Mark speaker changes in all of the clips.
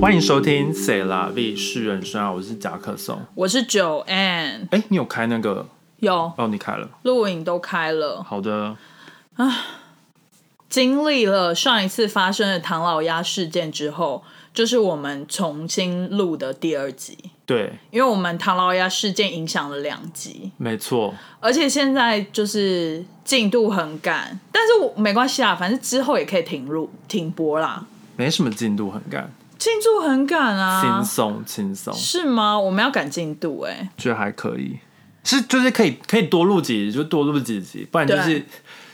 Speaker 1: 欢迎收听《谁啦 V 是人生》啊，我是夹克松。
Speaker 2: 我是九 N，
Speaker 1: 哎，你有开那个？
Speaker 2: 有
Speaker 1: 哦，你开了。
Speaker 2: 录影都开了，
Speaker 1: 好的，
Speaker 2: 经历了上一次发生的唐老鸭事件之后，就是我们重新录的第二集，
Speaker 1: 对，
Speaker 2: 因为我们唐老鸭事件影响了两集，
Speaker 1: 没错，
Speaker 2: 而且现在就是进度很赶，但是我没关系啊啦，反正之后也可以停录停播啦，
Speaker 1: 没什么进度，很赶，
Speaker 2: 进度很赶啊
Speaker 1: 轻，松轻松，
Speaker 2: 是吗？我们要赶进度哎、
Speaker 1: 觉得还可以。是，就是可以可以多录几集，就多录几集，不然就
Speaker 2: 对
Speaker 1: 是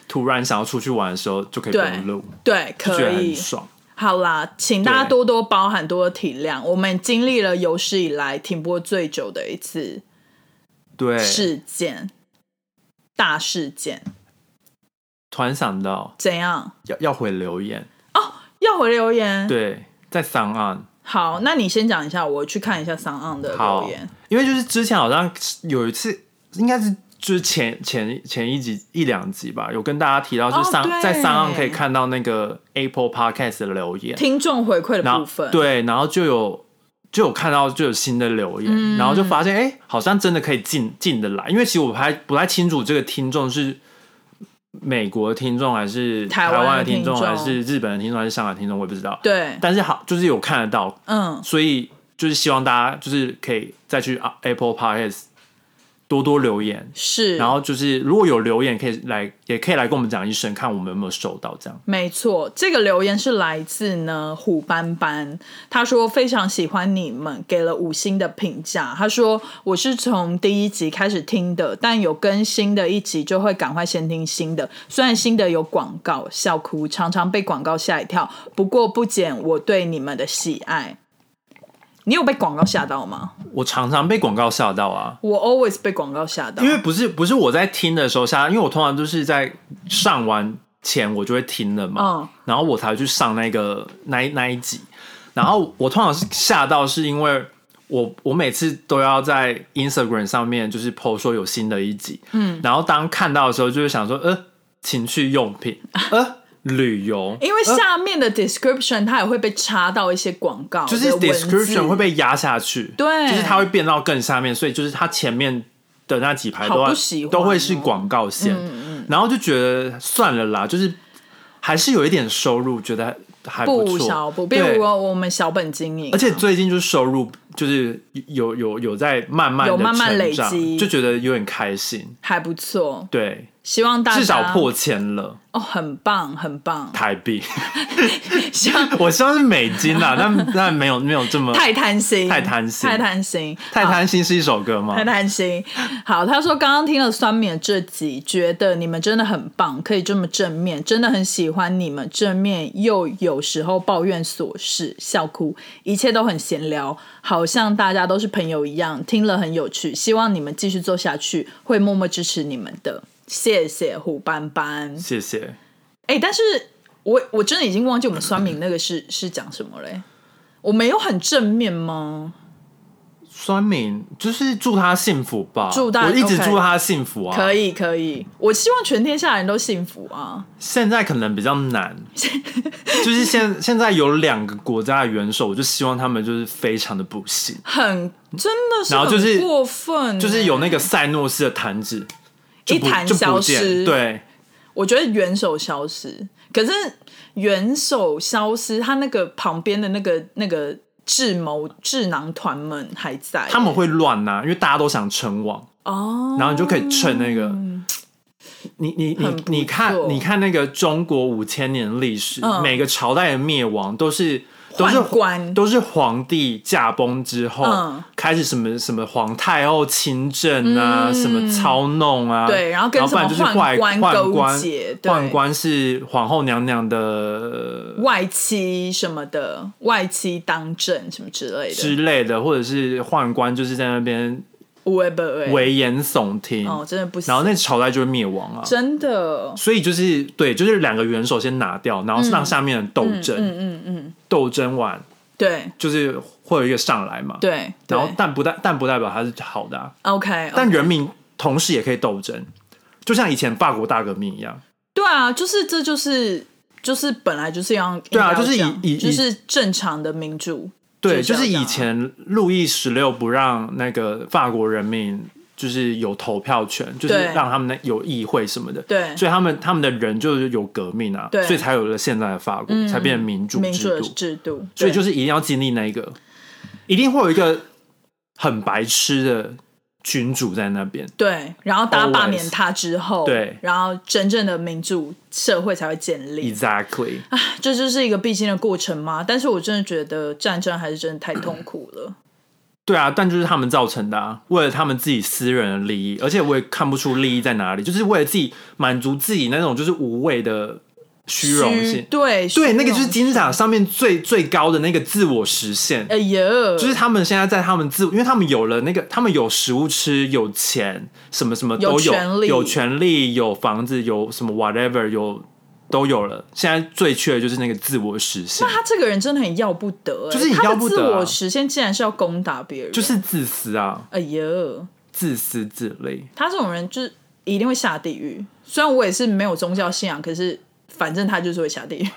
Speaker 1: 突然想要出去玩的时候就可以不
Speaker 2: 对
Speaker 1: 用录，
Speaker 2: 对，
Speaker 1: 就觉
Speaker 2: 可
Speaker 1: 得很
Speaker 2: 以。
Speaker 1: 爽。
Speaker 2: 好啦，请大家
Speaker 1: 对
Speaker 2: 多多包涵，多多体谅。我们经历了有史以来停播最久的一次
Speaker 1: 对，
Speaker 2: 事件，大事件。
Speaker 1: 突然想到
Speaker 2: 怎样？
Speaker 1: 要要回留言，
Speaker 2: 要回留言？
Speaker 1: 对，在上岸。
Speaker 2: 好，那你先讲一下，我去看一下桑昂的
Speaker 1: 好
Speaker 2: 留言。
Speaker 1: 因为就是之前好像有一次，应该是就是前前前一集一两集吧，有跟大家提到，就是
Speaker 2: 哦
Speaker 1: 上、
Speaker 2: 对
Speaker 1: 在上岸可以看到那个 Apple Podcast 的留言，
Speaker 2: 听众回馈
Speaker 1: 然
Speaker 2: 的部
Speaker 1: 后
Speaker 2: 分，，
Speaker 1: 对，然后就有就有看到就有新的留言，
Speaker 2: 嗯
Speaker 1: 然后就发现哎、诶好像真的可以进进得来，因为其实我还不太清楚这个听众是。美国的听众还是
Speaker 2: 台
Speaker 1: 台
Speaker 2: 湾的
Speaker 1: 湾的听众，
Speaker 2: 听众
Speaker 1: 还是日本的听众，还是香港的听众，我也不知道。
Speaker 2: 对
Speaker 1: 但是好，就是有看得到，
Speaker 2: 嗯，
Speaker 1: 所以就是希望大家就是可以再去啊 Apple Podcast 多多留言，
Speaker 2: 是，
Speaker 1: 然后就是如果有留言可以来，也可以来跟我们讲一声，看我们有没有收到这样。
Speaker 2: 没错，这个留言是来自呢虎斑斑，他说非常喜欢你们，给了五星的评价。他说我是从第一集开始听的，但有更新的一集就会赶快先听新的，虽然新的有广告，笑哭，常常被广告吓一跳，不过不减我对你们的喜爱。你有被广告吓到吗？
Speaker 1: 我常常被广告吓到啊，
Speaker 2: 我 always 被广告吓到，
Speaker 1: 因为不是不是我在听的时候吓，因为我通常都是在上完前我就会听了嘛，
Speaker 2: 嗯
Speaker 1: 然后我才去上那个那一那一集，然后我通常是吓到是因为。我我每次都要在 Instagram 上面就是 PO 说有新的一集，嗯，然后当看到的时候，就会想说，呃，情趣用 品，呃，旅游，
Speaker 2: 因为下面的 description 它也会被插到一些广告的
Speaker 1: 就是
Speaker 2: 文字，
Speaker 1: description 会被压下去，
Speaker 2: 对
Speaker 1: 就是它会变到更下面，所以就是它前面的那几排都
Speaker 2: 好
Speaker 1: 要
Speaker 2: 不喜欢哦嗯
Speaker 1: 都会是广告线，然后就觉得算了啦，就是还是有一点收入，觉得还
Speaker 2: 不
Speaker 1: 错，
Speaker 2: 少不，比
Speaker 1: 对
Speaker 2: 如我我们小本经营啊，
Speaker 1: 而且最近就是收入就是有有有在慢慢的
Speaker 2: 有慢慢累
Speaker 1: 成长
Speaker 2: 积
Speaker 1: 就觉得有点开心，
Speaker 2: 还不错，
Speaker 1: 对，
Speaker 2: 希望大家
Speaker 1: 至少破千了
Speaker 2: 哦，很棒很棒，
Speaker 1: 台币，
Speaker 2: 像
Speaker 1: 我希望是美金啦，但但没有没有这么
Speaker 2: 太贪心，
Speaker 1: 太贪心
Speaker 2: 太贪心，
Speaker 1: 太贪心是一首歌吗
Speaker 2: 太？贪心。好，他说刚刚听了酸冕这集，觉得你们真的很棒，可以这么正面，真的很喜欢你们正面，又有时候抱怨琐事，笑哭，一切都很闲聊，好像大家都是朋友一样，听了很有趣。希望你们继续做下去，会默默支持你们的。谢谢虎斑斑。
Speaker 1: 谢谢。
Speaker 2: 哎、但是我我真的已经忘记我们酸民那个是是讲什么嘞？我没有很正面吗？
Speaker 1: 酸敏就是祝他幸福吧，
Speaker 2: 祝大
Speaker 1: 我一直
Speaker 2: OK
Speaker 1: 祝他幸福啊。
Speaker 2: 可以可以，我希望全天下人都幸福啊！
Speaker 1: 现在可能比较 难，就是现现在有两个国家的元首，我就希望他们就是非常的不幸，
Speaker 2: 很真的是
Speaker 1: 然后就是
Speaker 2: 很过分欸、
Speaker 1: 就是有那个塞诺斯的弹指就
Speaker 2: 一
Speaker 1: 不
Speaker 2: 弹
Speaker 1: 就不
Speaker 2: 消
Speaker 1: 见
Speaker 2: 失。，
Speaker 1: 对，
Speaker 2: 我觉得元首消失，可是元首消失，他那个旁边的那个那个智谋智囊团们还在，
Speaker 1: 他们会乱啊呐、因为大家都想称王，
Speaker 2: 哦，
Speaker 1: 然后你就可以趁那个。你你
Speaker 2: 很
Speaker 1: 你
Speaker 2: 不
Speaker 1: 你看
Speaker 2: 错
Speaker 1: 你看那个中国五千年历史，
Speaker 2: 嗯
Speaker 1: 每个朝代的灭亡都是都是
Speaker 2: 宦官
Speaker 1: 都是皇帝驾崩之后、
Speaker 2: 嗯
Speaker 1: 开始什么什么皇太后亲政啊，什么操弄啊，
Speaker 2: 嗯对然后跟
Speaker 1: 不然就是
Speaker 2: 什么
Speaker 1: 坏
Speaker 2: 宦官
Speaker 1: 宦官
Speaker 2: 勾结对
Speaker 1: 宦官是皇后娘娘的
Speaker 2: 外戚什么的，外戚当政什么之类的
Speaker 1: 之，类的，或者是宦官就是在那边
Speaker 2: 喂喂喂，
Speaker 1: 危言耸听，
Speaker 2: 欸哦，真的不行
Speaker 1: 然后，那朝代就会灭亡啊。
Speaker 2: 真的
Speaker 1: 所以就是对，就是两个元首先拿掉，然后让下面的斗争，嗯嗯斗争完
Speaker 2: 对
Speaker 1: 就是会有一个上来嘛，，
Speaker 2: 对，
Speaker 1: 然后
Speaker 2: 对
Speaker 1: 但不代但不代表它是好的、啊，
Speaker 2: OK，哦
Speaker 1: 但人民同时也可以斗争，就像以前法国大革命一样，
Speaker 2: 对啊，就是这就是就是本来就是要
Speaker 1: 对啊
Speaker 2: 应该要
Speaker 1: 就是以
Speaker 2: 这样
Speaker 1: 以以
Speaker 2: 就是正常的民主，啊
Speaker 1: 对，
Speaker 2: 就
Speaker 1: 就是是
Speaker 2: 这样
Speaker 1: 以前路易十六不让那个法国人民就是有投票权，就是
Speaker 2: 对
Speaker 1: 让他们那有议会什么的，
Speaker 2: 对
Speaker 1: 所以他们他们的人就是有革命啊
Speaker 2: 对，嗯
Speaker 1: 所以才有了现在的法国，才变成民主
Speaker 2: 民
Speaker 1: 制
Speaker 2: 主的
Speaker 1: 度，
Speaker 2: 制度，
Speaker 1: 所以就是是一定要经历那一个，一定会有一个很白痴的君主在那边，
Speaker 2: 对。然后大家罢免
Speaker 1: Always
Speaker 2: 他之后，
Speaker 1: 对
Speaker 2: 然后真正的民主社会才会建立。
Speaker 1: Exactly，
Speaker 2: 这就是一个必经的过程嘛。但是我真的觉得战争还是真的太痛苦了。
Speaker 1: 对啊，但就是他们造成的啊，为了他们自己私人的利益，而且我也看不出利益在哪里，就是为了自己满足自己那种就是无谓的 虚荣
Speaker 2: 虚
Speaker 1: 心。
Speaker 2: 对
Speaker 1: 对，那个就是
Speaker 2: 虚荣
Speaker 1: 金字塔上面最最高的那个自我实现，
Speaker 2: 哎呀，
Speaker 1: 就是他们现在在他们自，因为他们有了那个，他们有食物吃，有钱，什么什么
Speaker 2: 有
Speaker 1: 都有，
Speaker 2: 权利
Speaker 1: 有权利，有房子，有什么 whatever 有都有了。现在最缺的就是那个自我实现，
Speaker 2: 他这个人真的很要不得、哎
Speaker 1: 就是你要不得啊
Speaker 2: 他的自我实现竟然是要攻打别人，
Speaker 1: 就是自私啊，
Speaker 2: 哎呀，
Speaker 1: 自私自利。
Speaker 2: 他这种人就是一定会下地狱。虽然我也是没有宗教信仰，可是反正他就是会下地狱。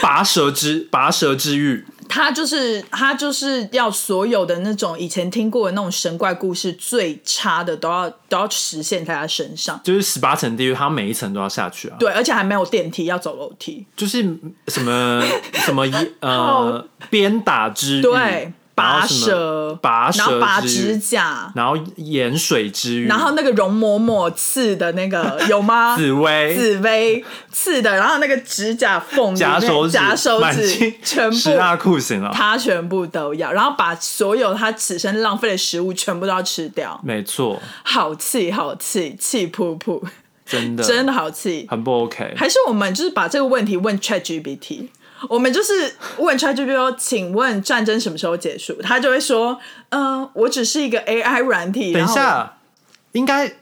Speaker 1: 拔舌之拔舌之欲，
Speaker 2: 他就是他就是要所有的那种以前听过的那种神怪故事最差的都要都要实现在他身上。
Speaker 1: 就是十八层地狱，它每一层都要下去啊。
Speaker 2: 对，而且还没有电梯，要走楼梯。
Speaker 1: 就是什 么什么呃鞭打之欲，
Speaker 2: 对，拔
Speaker 1: 然后什么
Speaker 2: 舌，
Speaker 1: 嗯拔
Speaker 2: 然后
Speaker 1: 舌
Speaker 2: 拔
Speaker 1: 之
Speaker 2: 指
Speaker 1: 欲，
Speaker 2: 甲，
Speaker 1: 然后盐水之欲，
Speaker 2: 然后那个容嬷嬷刺的 那个有吗？
Speaker 1: 紫薇
Speaker 2: 紫薇刺的，然后那个指甲缝里
Speaker 1: 夹
Speaker 2: 面
Speaker 1: 手指，
Speaker 2: 夹手
Speaker 1: 满
Speaker 2: 指
Speaker 1: 清，
Speaker 2: 全
Speaker 1: 十大
Speaker 2: 部
Speaker 1: 酷刑啊，
Speaker 2: 他全部都要，然后把所有他此生浪费的食物全部都要吃掉，
Speaker 1: 没错，
Speaker 2: 好气好气，气噗噗，
Speaker 1: 真的
Speaker 2: 真的好气。
Speaker 1: 很不 OK。
Speaker 2: 还是我们就是把这个问题问 ChatGPT，我们就是问 ChatGPT 说，请问战争什么时候结束？他就会说，嗯、我只是一个 AI 软体。
Speaker 1: 等一
Speaker 2: 然后
Speaker 1: 下，应该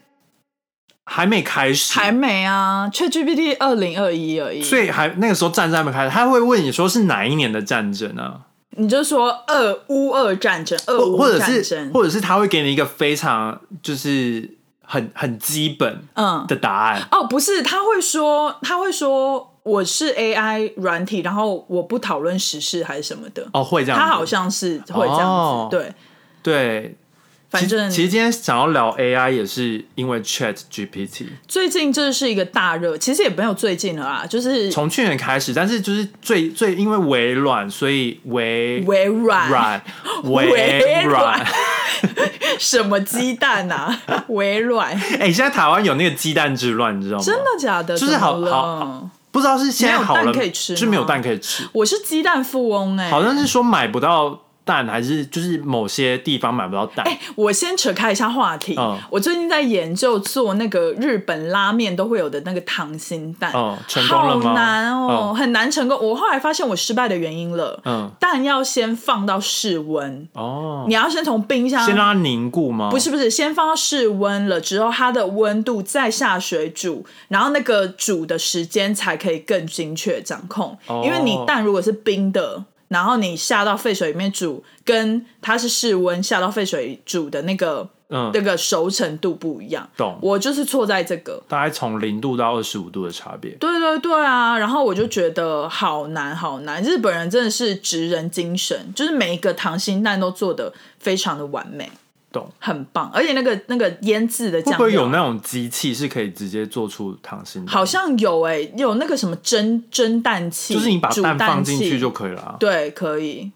Speaker 1: 还没开始，
Speaker 2: 还没啊，ChatGPT 二零二一而已，
Speaker 1: 所以还那个时候战争还没开始，他会问你说是哪一年的战争啊，
Speaker 2: 你就说俄乌俄战争，俄
Speaker 1: 或
Speaker 2: 乌
Speaker 1: 或者
Speaker 2: 哦战
Speaker 1: 是
Speaker 2: 争，
Speaker 1: 或者是他会给你一个非常就是很很基本
Speaker 2: 嗯，
Speaker 1: 的答案，
Speaker 2: 哦，不是，他会说，他会说我是 AI 软体，然后我不讨论时事还是什么的。
Speaker 1: 哦，会这样子，
Speaker 2: 他好像是会这样子，
Speaker 1: 哦
Speaker 2: 对，
Speaker 1: 对。
Speaker 2: 反正
Speaker 1: 其其实今天想要聊 AI 也是因为 Chat GPT，
Speaker 2: 最近这是一个大热，其实也没有最近了啦，就是
Speaker 1: 从去年开始，但是就是最最因为微软，所以微
Speaker 2: 微软
Speaker 1: 软
Speaker 2: 微
Speaker 1: 微
Speaker 2: 软
Speaker 1: 软。
Speaker 2: 什么鸡蛋啊，微软，
Speaker 1: 哎、现在台湾有那个鸡蛋之乱，你知道吗？
Speaker 2: 真的假 的？
Speaker 1: 就是好
Speaker 2: 怎么了
Speaker 1: 好好不知道是现在好
Speaker 2: 没有
Speaker 1: 了，
Speaker 2: 蛋可以吃吗
Speaker 1: 就是没有蛋可以吃，
Speaker 2: 我是鸡蛋富翁哎、
Speaker 1: 好像是说买不到蛋，还是就是某些地方买不到蛋。
Speaker 2: 哎、我先扯开一下话题。
Speaker 1: 嗯
Speaker 2: 我最近在研究做那个日本拉面都会有的那个溏心蛋，
Speaker 1: 哦成功了吗
Speaker 2: 好难哦，
Speaker 1: 嗯
Speaker 2: 很难成功。我后来发现我失败的原因了，
Speaker 1: 嗯，
Speaker 2: 蛋要先放到室温，
Speaker 1: 哦，
Speaker 2: 你要先从冰箱
Speaker 1: 先让哦它凝固吗？
Speaker 2: 不是不是，先放到室温了之后，它的温度再下水煮，然后那个煮的时间才可以更精确掌控。
Speaker 1: 哦
Speaker 2: 因为你蛋如果是冰的，然后你下到沸水里面煮，跟它是室温下到沸水煮的那个
Speaker 1: 嗯
Speaker 2: 那，个熟成度不一样。
Speaker 1: 懂
Speaker 2: 我就是错在这个。
Speaker 1: 大概从零度到二十五度的差别。
Speaker 2: 对对对啊，然后我就觉得好难好难，日本人真的是职人精神，就是每一个溏心蛋都做的非常的完美，
Speaker 1: 懂？
Speaker 2: 很棒，而且那个那个腌制的
Speaker 1: 会
Speaker 2: 酱
Speaker 1: 不会
Speaker 2: 料
Speaker 1: 有那种机器是可以直接做出溏心蛋？
Speaker 2: 啊好像有哎、有那个什么蒸蒸蛋器，
Speaker 1: 就是你把
Speaker 2: 煮
Speaker 1: 蛋放进
Speaker 2: 器
Speaker 1: 去就可以了、啊。
Speaker 2: 对，可以，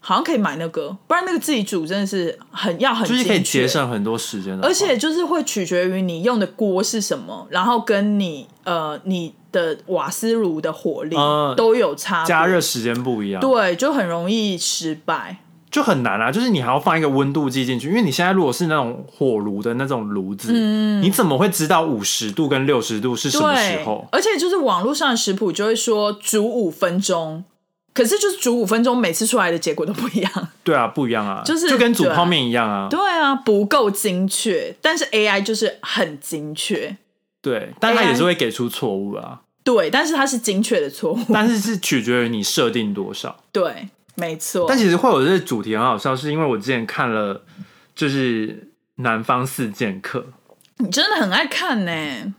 Speaker 2: 好像可以买那个，不然那个自己煮真的是很要很
Speaker 1: 就是可以
Speaker 2: 精确
Speaker 1: 节，省很多时间的，
Speaker 2: 而且就是会取决于你用的锅是什么，然后跟你呃你的瓦斯炉的火力
Speaker 1: 嗯
Speaker 2: 都有差别，
Speaker 1: 加热时间不一样，
Speaker 2: 对就很容易失败。
Speaker 1: 就很难啊。就是你还要放一个温度计进去，因为你现在如果是那种火炉的那种炉子，你怎么会知道五十度跟六十度是什么时
Speaker 2: 嗯对
Speaker 1: 候，？
Speaker 2: 而且就是网络上的食谱就会说煮五分钟，可是就是煮五分钟，每次出来的结果都不一 样。
Speaker 1: 对啊，不一样啊，
Speaker 2: 就是
Speaker 1: 就跟煮
Speaker 2: 对啊
Speaker 1: 泡面一样啊。
Speaker 2: 对啊，不够精确，但是 AI 就是很精确，
Speaker 1: 对，但它
Speaker 2: AI
Speaker 1: 也是会给出错误啊，
Speaker 2: 对，但是它是精确的错误，
Speaker 1: 但是是取决于你设定多少。
Speaker 2: 对，没错。
Speaker 1: 但其实会有这个主题很好笑，是因为我之前看了就是《南方四剑客》，
Speaker 2: 你真的很爱看呢、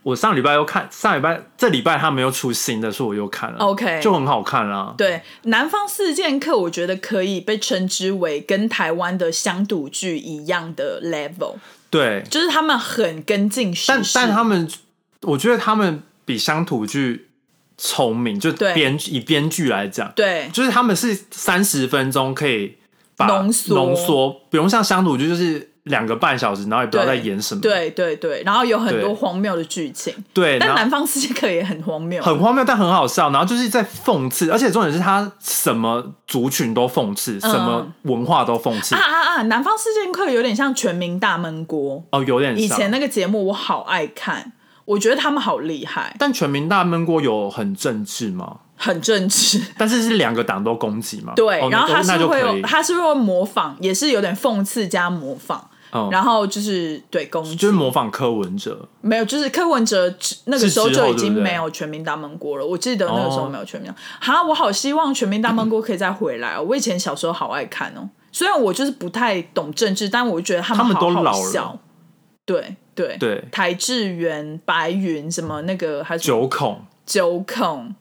Speaker 1: 我上礼拜又看，上礼拜这礼拜他们又出新的，所以我又看了。
Speaker 2: OK
Speaker 1: 就很好看啊啦。
Speaker 2: 对，《南方四剑客》我觉得可以被称之为跟台湾的乡土剧一样的 level，
Speaker 1: 对，
Speaker 2: 就是他们很跟进时事，
Speaker 1: 但但他们，我觉得他们比乡土剧聪明，就
Speaker 2: 对
Speaker 1: 编以编剧来讲，
Speaker 2: 对
Speaker 1: 就是他们是三十分钟可以把
Speaker 2: 浓缩
Speaker 1: 浓缩，不用像乡土剧就是两个半小时，然后也不知道
Speaker 2: 对
Speaker 1: 在演什么。
Speaker 2: 对对对，然后有很
Speaker 1: 对
Speaker 2: 多荒谬的剧情，
Speaker 1: 对，然
Speaker 2: 但《
Speaker 1: 后
Speaker 2: 南方四剑客》也很荒谬，
Speaker 1: 很荒谬，但很好笑。然后就是在讽刺，而且重点是他什么族群都讽刺，什么文化都讽刺
Speaker 2: 嗯啊。啊啊！南方四剑客有点像全民大闷锅，
Speaker 1: 哦，有点
Speaker 2: 以
Speaker 1: 像
Speaker 2: 前那个节目我好爱看，我觉得他们好厉害，
Speaker 1: 但全民大闷锅有很政治吗？
Speaker 2: 很正直。
Speaker 1: 但是是两个党都攻击嘛？
Speaker 2: 对，
Speaker 1: 哦、
Speaker 2: 然后
Speaker 1: 那
Speaker 2: 他
Speaker 1: 那
Speaker 2: 是
Speaker 1: 就
Speaker 2: 会
Speaker 1: 可
Speaker 2: 有，
Speaker 1: 以。
Speaker 2: 他是会模仿，也是有点讽刺加模仿，
Speaker 1: 嗯
Speaker 2: 然后就是对攻击，
Speaker 1: 就是模仿柯文哲，
Speaker 2: 没有，就是柯文哲那个时候
Speaker 1: 是之
Speaker 2: 就
Speaker 1: 后
Speaker 2: 已经
Speaker 1: 对不对
Speaker 2: 没有全民大闷锅了。我记得那个时候
Speaker 1: 哦
Speaker 2: 没有全民大，哈，我好希望全民大闷锅可以再回来、哦。我以前小时候好爱看哦，虽然我就是不太懂政治，但我觉得他
Speaker 1: 他
Speaker 2: 们
Speaker 1: 们
Speaker 2: 好
Speaker 1: 都
Speaker 2: 好
Speaker 1: 老了
Speaker 2: 笑。对对
Speaker 1: 对
Speaker 2: 台志远、白云什么那个还是
Speaker 1: 九孔
Speaker 2: 九孔，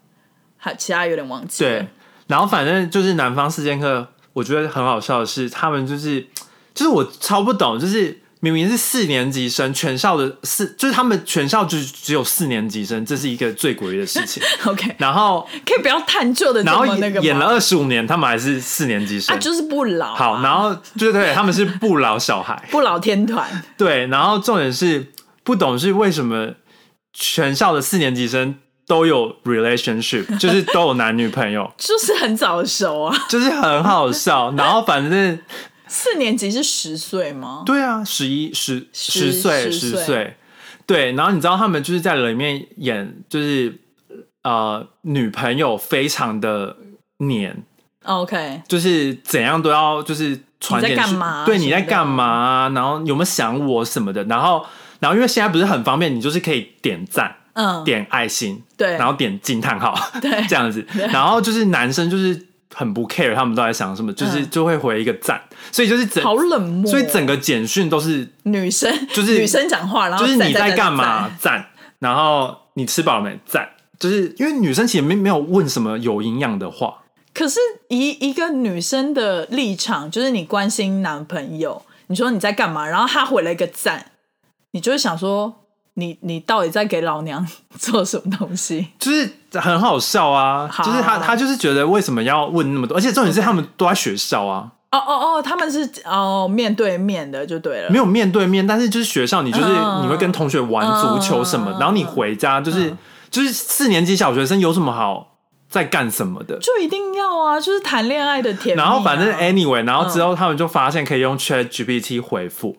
Speaker 2: 还其他有点忘记了。
Speaker 1: 对，然后反正就是南方四剑客，我觉得很好笑的是，他们就是就是我超不懂，就是明明是四年级生，全校的四就是他们全校只只有四年级生，这是一个最诡异的 事情。
Speaker 2: ，OK，
Speaker 1: 然后
Speaker 2: 可以不要探究的这
Speaker 1: 然后
Speaker 2: 么那个
Speaker 1: 演演
Speaker 2: 吗
Speaker 1: 了二十五年，他们还是四年级生。
Speaker 2: 啊，就是不老、啊，
Speaker 1: 好，然后对对，他们是不老小孩。
Speaker 2: 不老天团，
Speaker 1: 对，然后重点是不懂是为什么全校的四年级生都有 relationship，就是 都有男女朋 友，
Speaker 2: 就是很早熟啊。
Speaker 1: 就是很好笑。然后反正
Speaker 2: 四年级是十岁吗？
Speaker 1: 对啊，十一十
Speaker 2: 十
Speaker 1: 十岁
Speaker 2: 十
Speaker 1: 十
Speaker 2: 岁
Speaker 1: 岁，对。然后你知道他们就是在里面演，就是呃女朋友非常的黏，
Speaker 2: OK，
Speaker 1: 就是怎样都要就是传点
Speaker 2: 你在干
Speaker 1: 讯
Speaker 2: 嘛啊
Speaker 1: 对，
Speaker 2: 什么
Speaker 1: 你在
Speaker 2: 的
Speaker 1: 干嘛啊？然后有没有想我什么的？然后然后因为现在不是很方便，你就是可以点赞。
Speaker 2: 嗯，
Speaker 1: 点爱心，
Speaker 2: 对
Speaker 1: 然后点惊叹号，
Speaker 2: 对
Speaker 1: 这样子。然后就是男生就是很不 care 他们都在想什么，就是
Speaker 2: 嗯
Speaker 1: 就会回一个赞，所以就是整，
Speaker 2: 好冷漠哦。
Speaker 1: 所以整个简讯都是
Speaker 2: 女生
Speaker 1: 就是
Speaker 2: 女生讲话，然后
Speaker 1: 就是你在干嘛
Speaker 2: 赞？
Speaker 1: 赞，然后你吃饱了没赞，就是因为女生其实没没有问什么有营养的话，
Speaker 2: 可是以一个女生的立场，就是你关心男朋友，你说你在干嘛，然后他回了一个赞，你就会想说，你你到底在给老娘做什么东西？
Speaker 1: 就是很好笑啊，
Speaker 2: 好
Speaker 1: 就是他他就是觉得为什么要问那么多，而且重点是他们都在学校啊，
Speaker 2: 哦哦哦，他们是哦面对面的就对了，
Speaker 1: 没有面对面，但是就是学校，你就是
Speaker 2: 嗯
Speaker 1: 你会跟同学玩足球什么，
Speaker 2: 嗯
Speaker 1: 然后你回家就是、就是四年级小学生有什么好在干什么的？
Speaker 2: 就一定要啊，就是谈恋爱的甜蜜啊、
Speaker 1: 然后反正 anyway，然后
Speaker 2: 嗯
Speaker 1: 之后他们就发现可以用 Chat GPT 回复，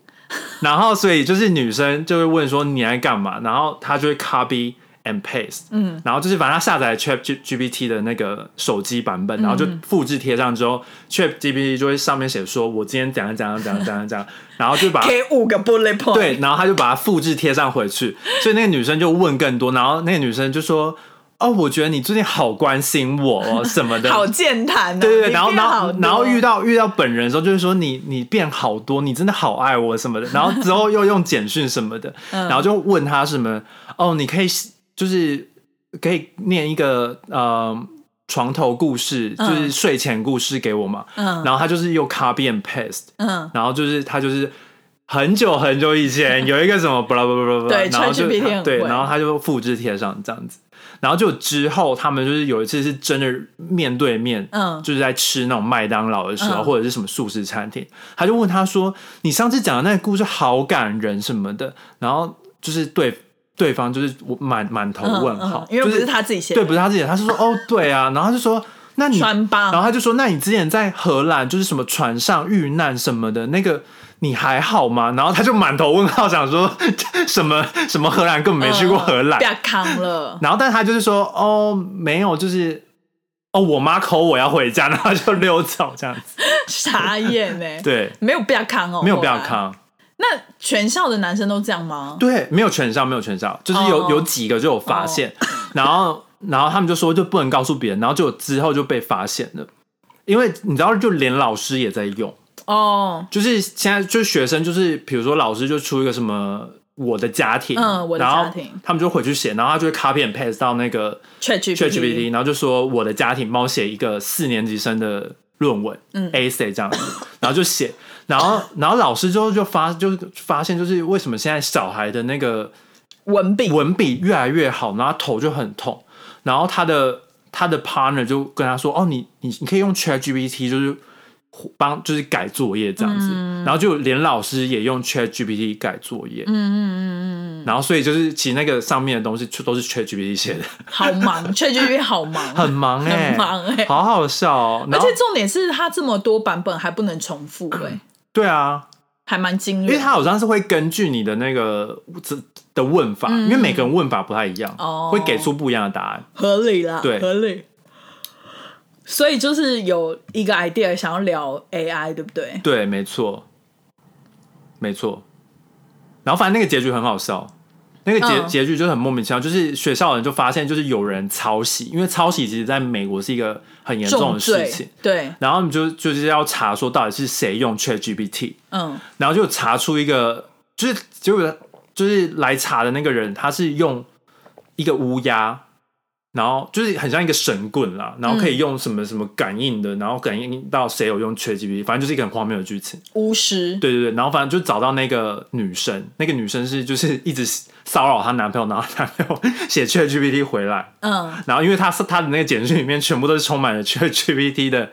Speaker 1: 然后所以就是女生就会问说你在干嘛，然后她就会 copy and paste，嗯，然后就是把她下载 Chat G- GPT 的那个手机版本，然后就
Speaker 2: 嗯
Speaker 1: 复制贴上之后、c h a t GPT 就会上面写说我今天怎样怎样怎样怎样怎样，然后就把
Speaker 2: 给五个 bullet point，
Speaker 1: 对，然后他就把它复制贴上回去，所以那个女生就问更多，然后那个女生就说：“哦，我觉得你最近好关心我哦什么的。”
Speaker 2: 好健谈、啊，
Speaker 1: 对对对，
Speaker 2: 你
Speaker 1: 然后
Speaker 2: 变
Speaker 1: 然
Speaker 2: 好
Speaker 1: 后
Speaker 2: 多
Speaker 1: 然后遇到遇到本人的时候，就是说你你变好多，你真的好爱我什么的，然后之后又用简讯什么的，
Speaker 2: 嗯
Speaker 1: 然后就问他什么哦，你可以就是可以念一个呃床头故事，就是
Speaker 2: 嗯
Speaker 1: 睡前故事给我嘛，
Speaker 2: 嗯
Speaker 1: 然后他就是又 copy and paste，
Speaker 2: 嗯。
Speaker 1: 然后就是他就是很久很久以前有一个什么巴拉巴拉巴拉巴拉，
Speaker 2: 对
Speaker 1: 然后就
Speaker 2: ChatGPT 很会
Speaker 1: 对，然后他就复制贴上这样子，然后就之后他们就是有一次是真的面对面，
Speaker 2: 嗯
Speaker 1: 就是在吃那种麦当劳的时候、
Speaker 2: 嗯
Speaker 1: 或者是什么素食餐厅，他就问他说：“你上次讲的那个故事好感人什么的。”然后就是对对方就是我满满头问号，
Speaker 2: 嗯嗯因为不
Speaker 1: 就是
Speaker 2: 他自己写的
Speaker 1: 对，不是他自己的，他是说哦对啊，然后他就说。那你
Speaker 2: 穿
Speaker 1: 然
Speaker 2: 帮
Speaker 1: 后他就说：“那你之前在荷兰就是什么船上遇难什么的，那个你还好吗？”然后他就满头问号，想说什么 什么荷兰根本没去过荷兰。
Speaker 2: 嗯不要扛 了。
Speaker 1: 然后，但他就是说：“哦，没有，就是哦，我妈口我要回家，然后就溜走这样子。
Speaker 2: 傻眼呢、欸，”，
Speaker 1: 对，
Speaker 2: 没有不要扛哦，
Speaker 1: 没有不要
Speaker 2: 后来。
Speaker 1: 康，
Speaker 2: 那全校的男生都这样吗？
Speaker 1: 对，没有全校，没有全校，就是有、
Speaker 2: 哦
Speaker 1: 有几个就有发现，然后然后他们就说就不能告诉别人，然后就之后就被发现了，因为你知道，就连老师也在用。
Speaker 2: 哦，
Speaker 1: 就是现在，就是学生，就是比如说老师就出一个什么我的家庭，
Speaker 2: 嗯我的
Speaker 1: 然后
Speaker 2: 家庭
Speaker 1: 他们就回去写，然后他就会 copy and paste 到那个 ChatGPT，
Speaker 2: ChatGPT，
Speaker 1: 然后就说我的家庭帮我写一个四年级生的论文，
Speaker 2: 嗯
Speaker 1: ，essay 这样子， 然后就写，然后然后老师就就发就发现就是为什么现在小孩的那个
Speaker 2: 文笔
Speaker 1: 文笔越来越好，然后他头就很痛，然后他的他的 partner 就跟他说，哦，你你你可以用 ChatGPT 就是。帮就是改作业这样子，
Speaker 2: 嗯
Speaker 1: 然后就连老师也用 Chat GPT 改作业，
Speaker 2: 嗯
Speaker 1: 然后所以就是其实那个上面的东西就都是 Chat GPT 写的，
Speaker 2: 好 忙，ChatGPT 好忙，
Speaker 1: 很忙哎、
Speaker 2: 很忙哎
Speaker 1: 好好笑哦。
Speaker 2: 而
Speaker 1: 然后
Speaker 2: 且重点是它这么多版本还不能重复、哎，
Speaker 1: 对啊，
Speaker 2: 还蛮惊人。
Speaker 1: 因为它好像是会根据你的那个的问法，因为每个人问法不太一样，
Speaker 2: 嗯哦
Speaker 1: 会给出不一样的答案。
Speaker 2: 合理啦，
Speaker 1: 对
Speaker 2: 合理。所以就是有一个 idea 想要聊 AI，对不对？
Speaker 1: 对，没错，没错。然后反正那个结局很好笑，那个结、
Speaker 2: 嗯
Speaker 1: 结局就很莫名其妙，就是学校人就发现就是有人抄袭，因为抄袭其实在美国是一个很严重的事
Speaker 2: 罪
Speaker 1: 情。，
Speaker 2: 对，
Speaker 1: 然后你就就是要查说到底是谁用 ChatGPT，
Speaker 2: 嗯，
Speaker 1: 然后就查出一个，就是结果就是来查的那个人，他是用一个乌鸦，然后就是很像一个神棍啦，然后
Speaker 2: 嗯
Speaker 1: 可以用什么什么感应的，然后感应到谁有用 ChatGPT，反正就是一个很荒谬的剧情。
Speaker 2: 巫师，
Speaker 1: 对对对，然后反正就找到那个女生，那个女生是就是一直骚扰她男朋友，然后她男朋友写 ChatGPT 回来，
Speaker 2: 嗯，
Speaker 1: 然后因为他是他的那个简讯里面全部都是充满了 ChatGPT 的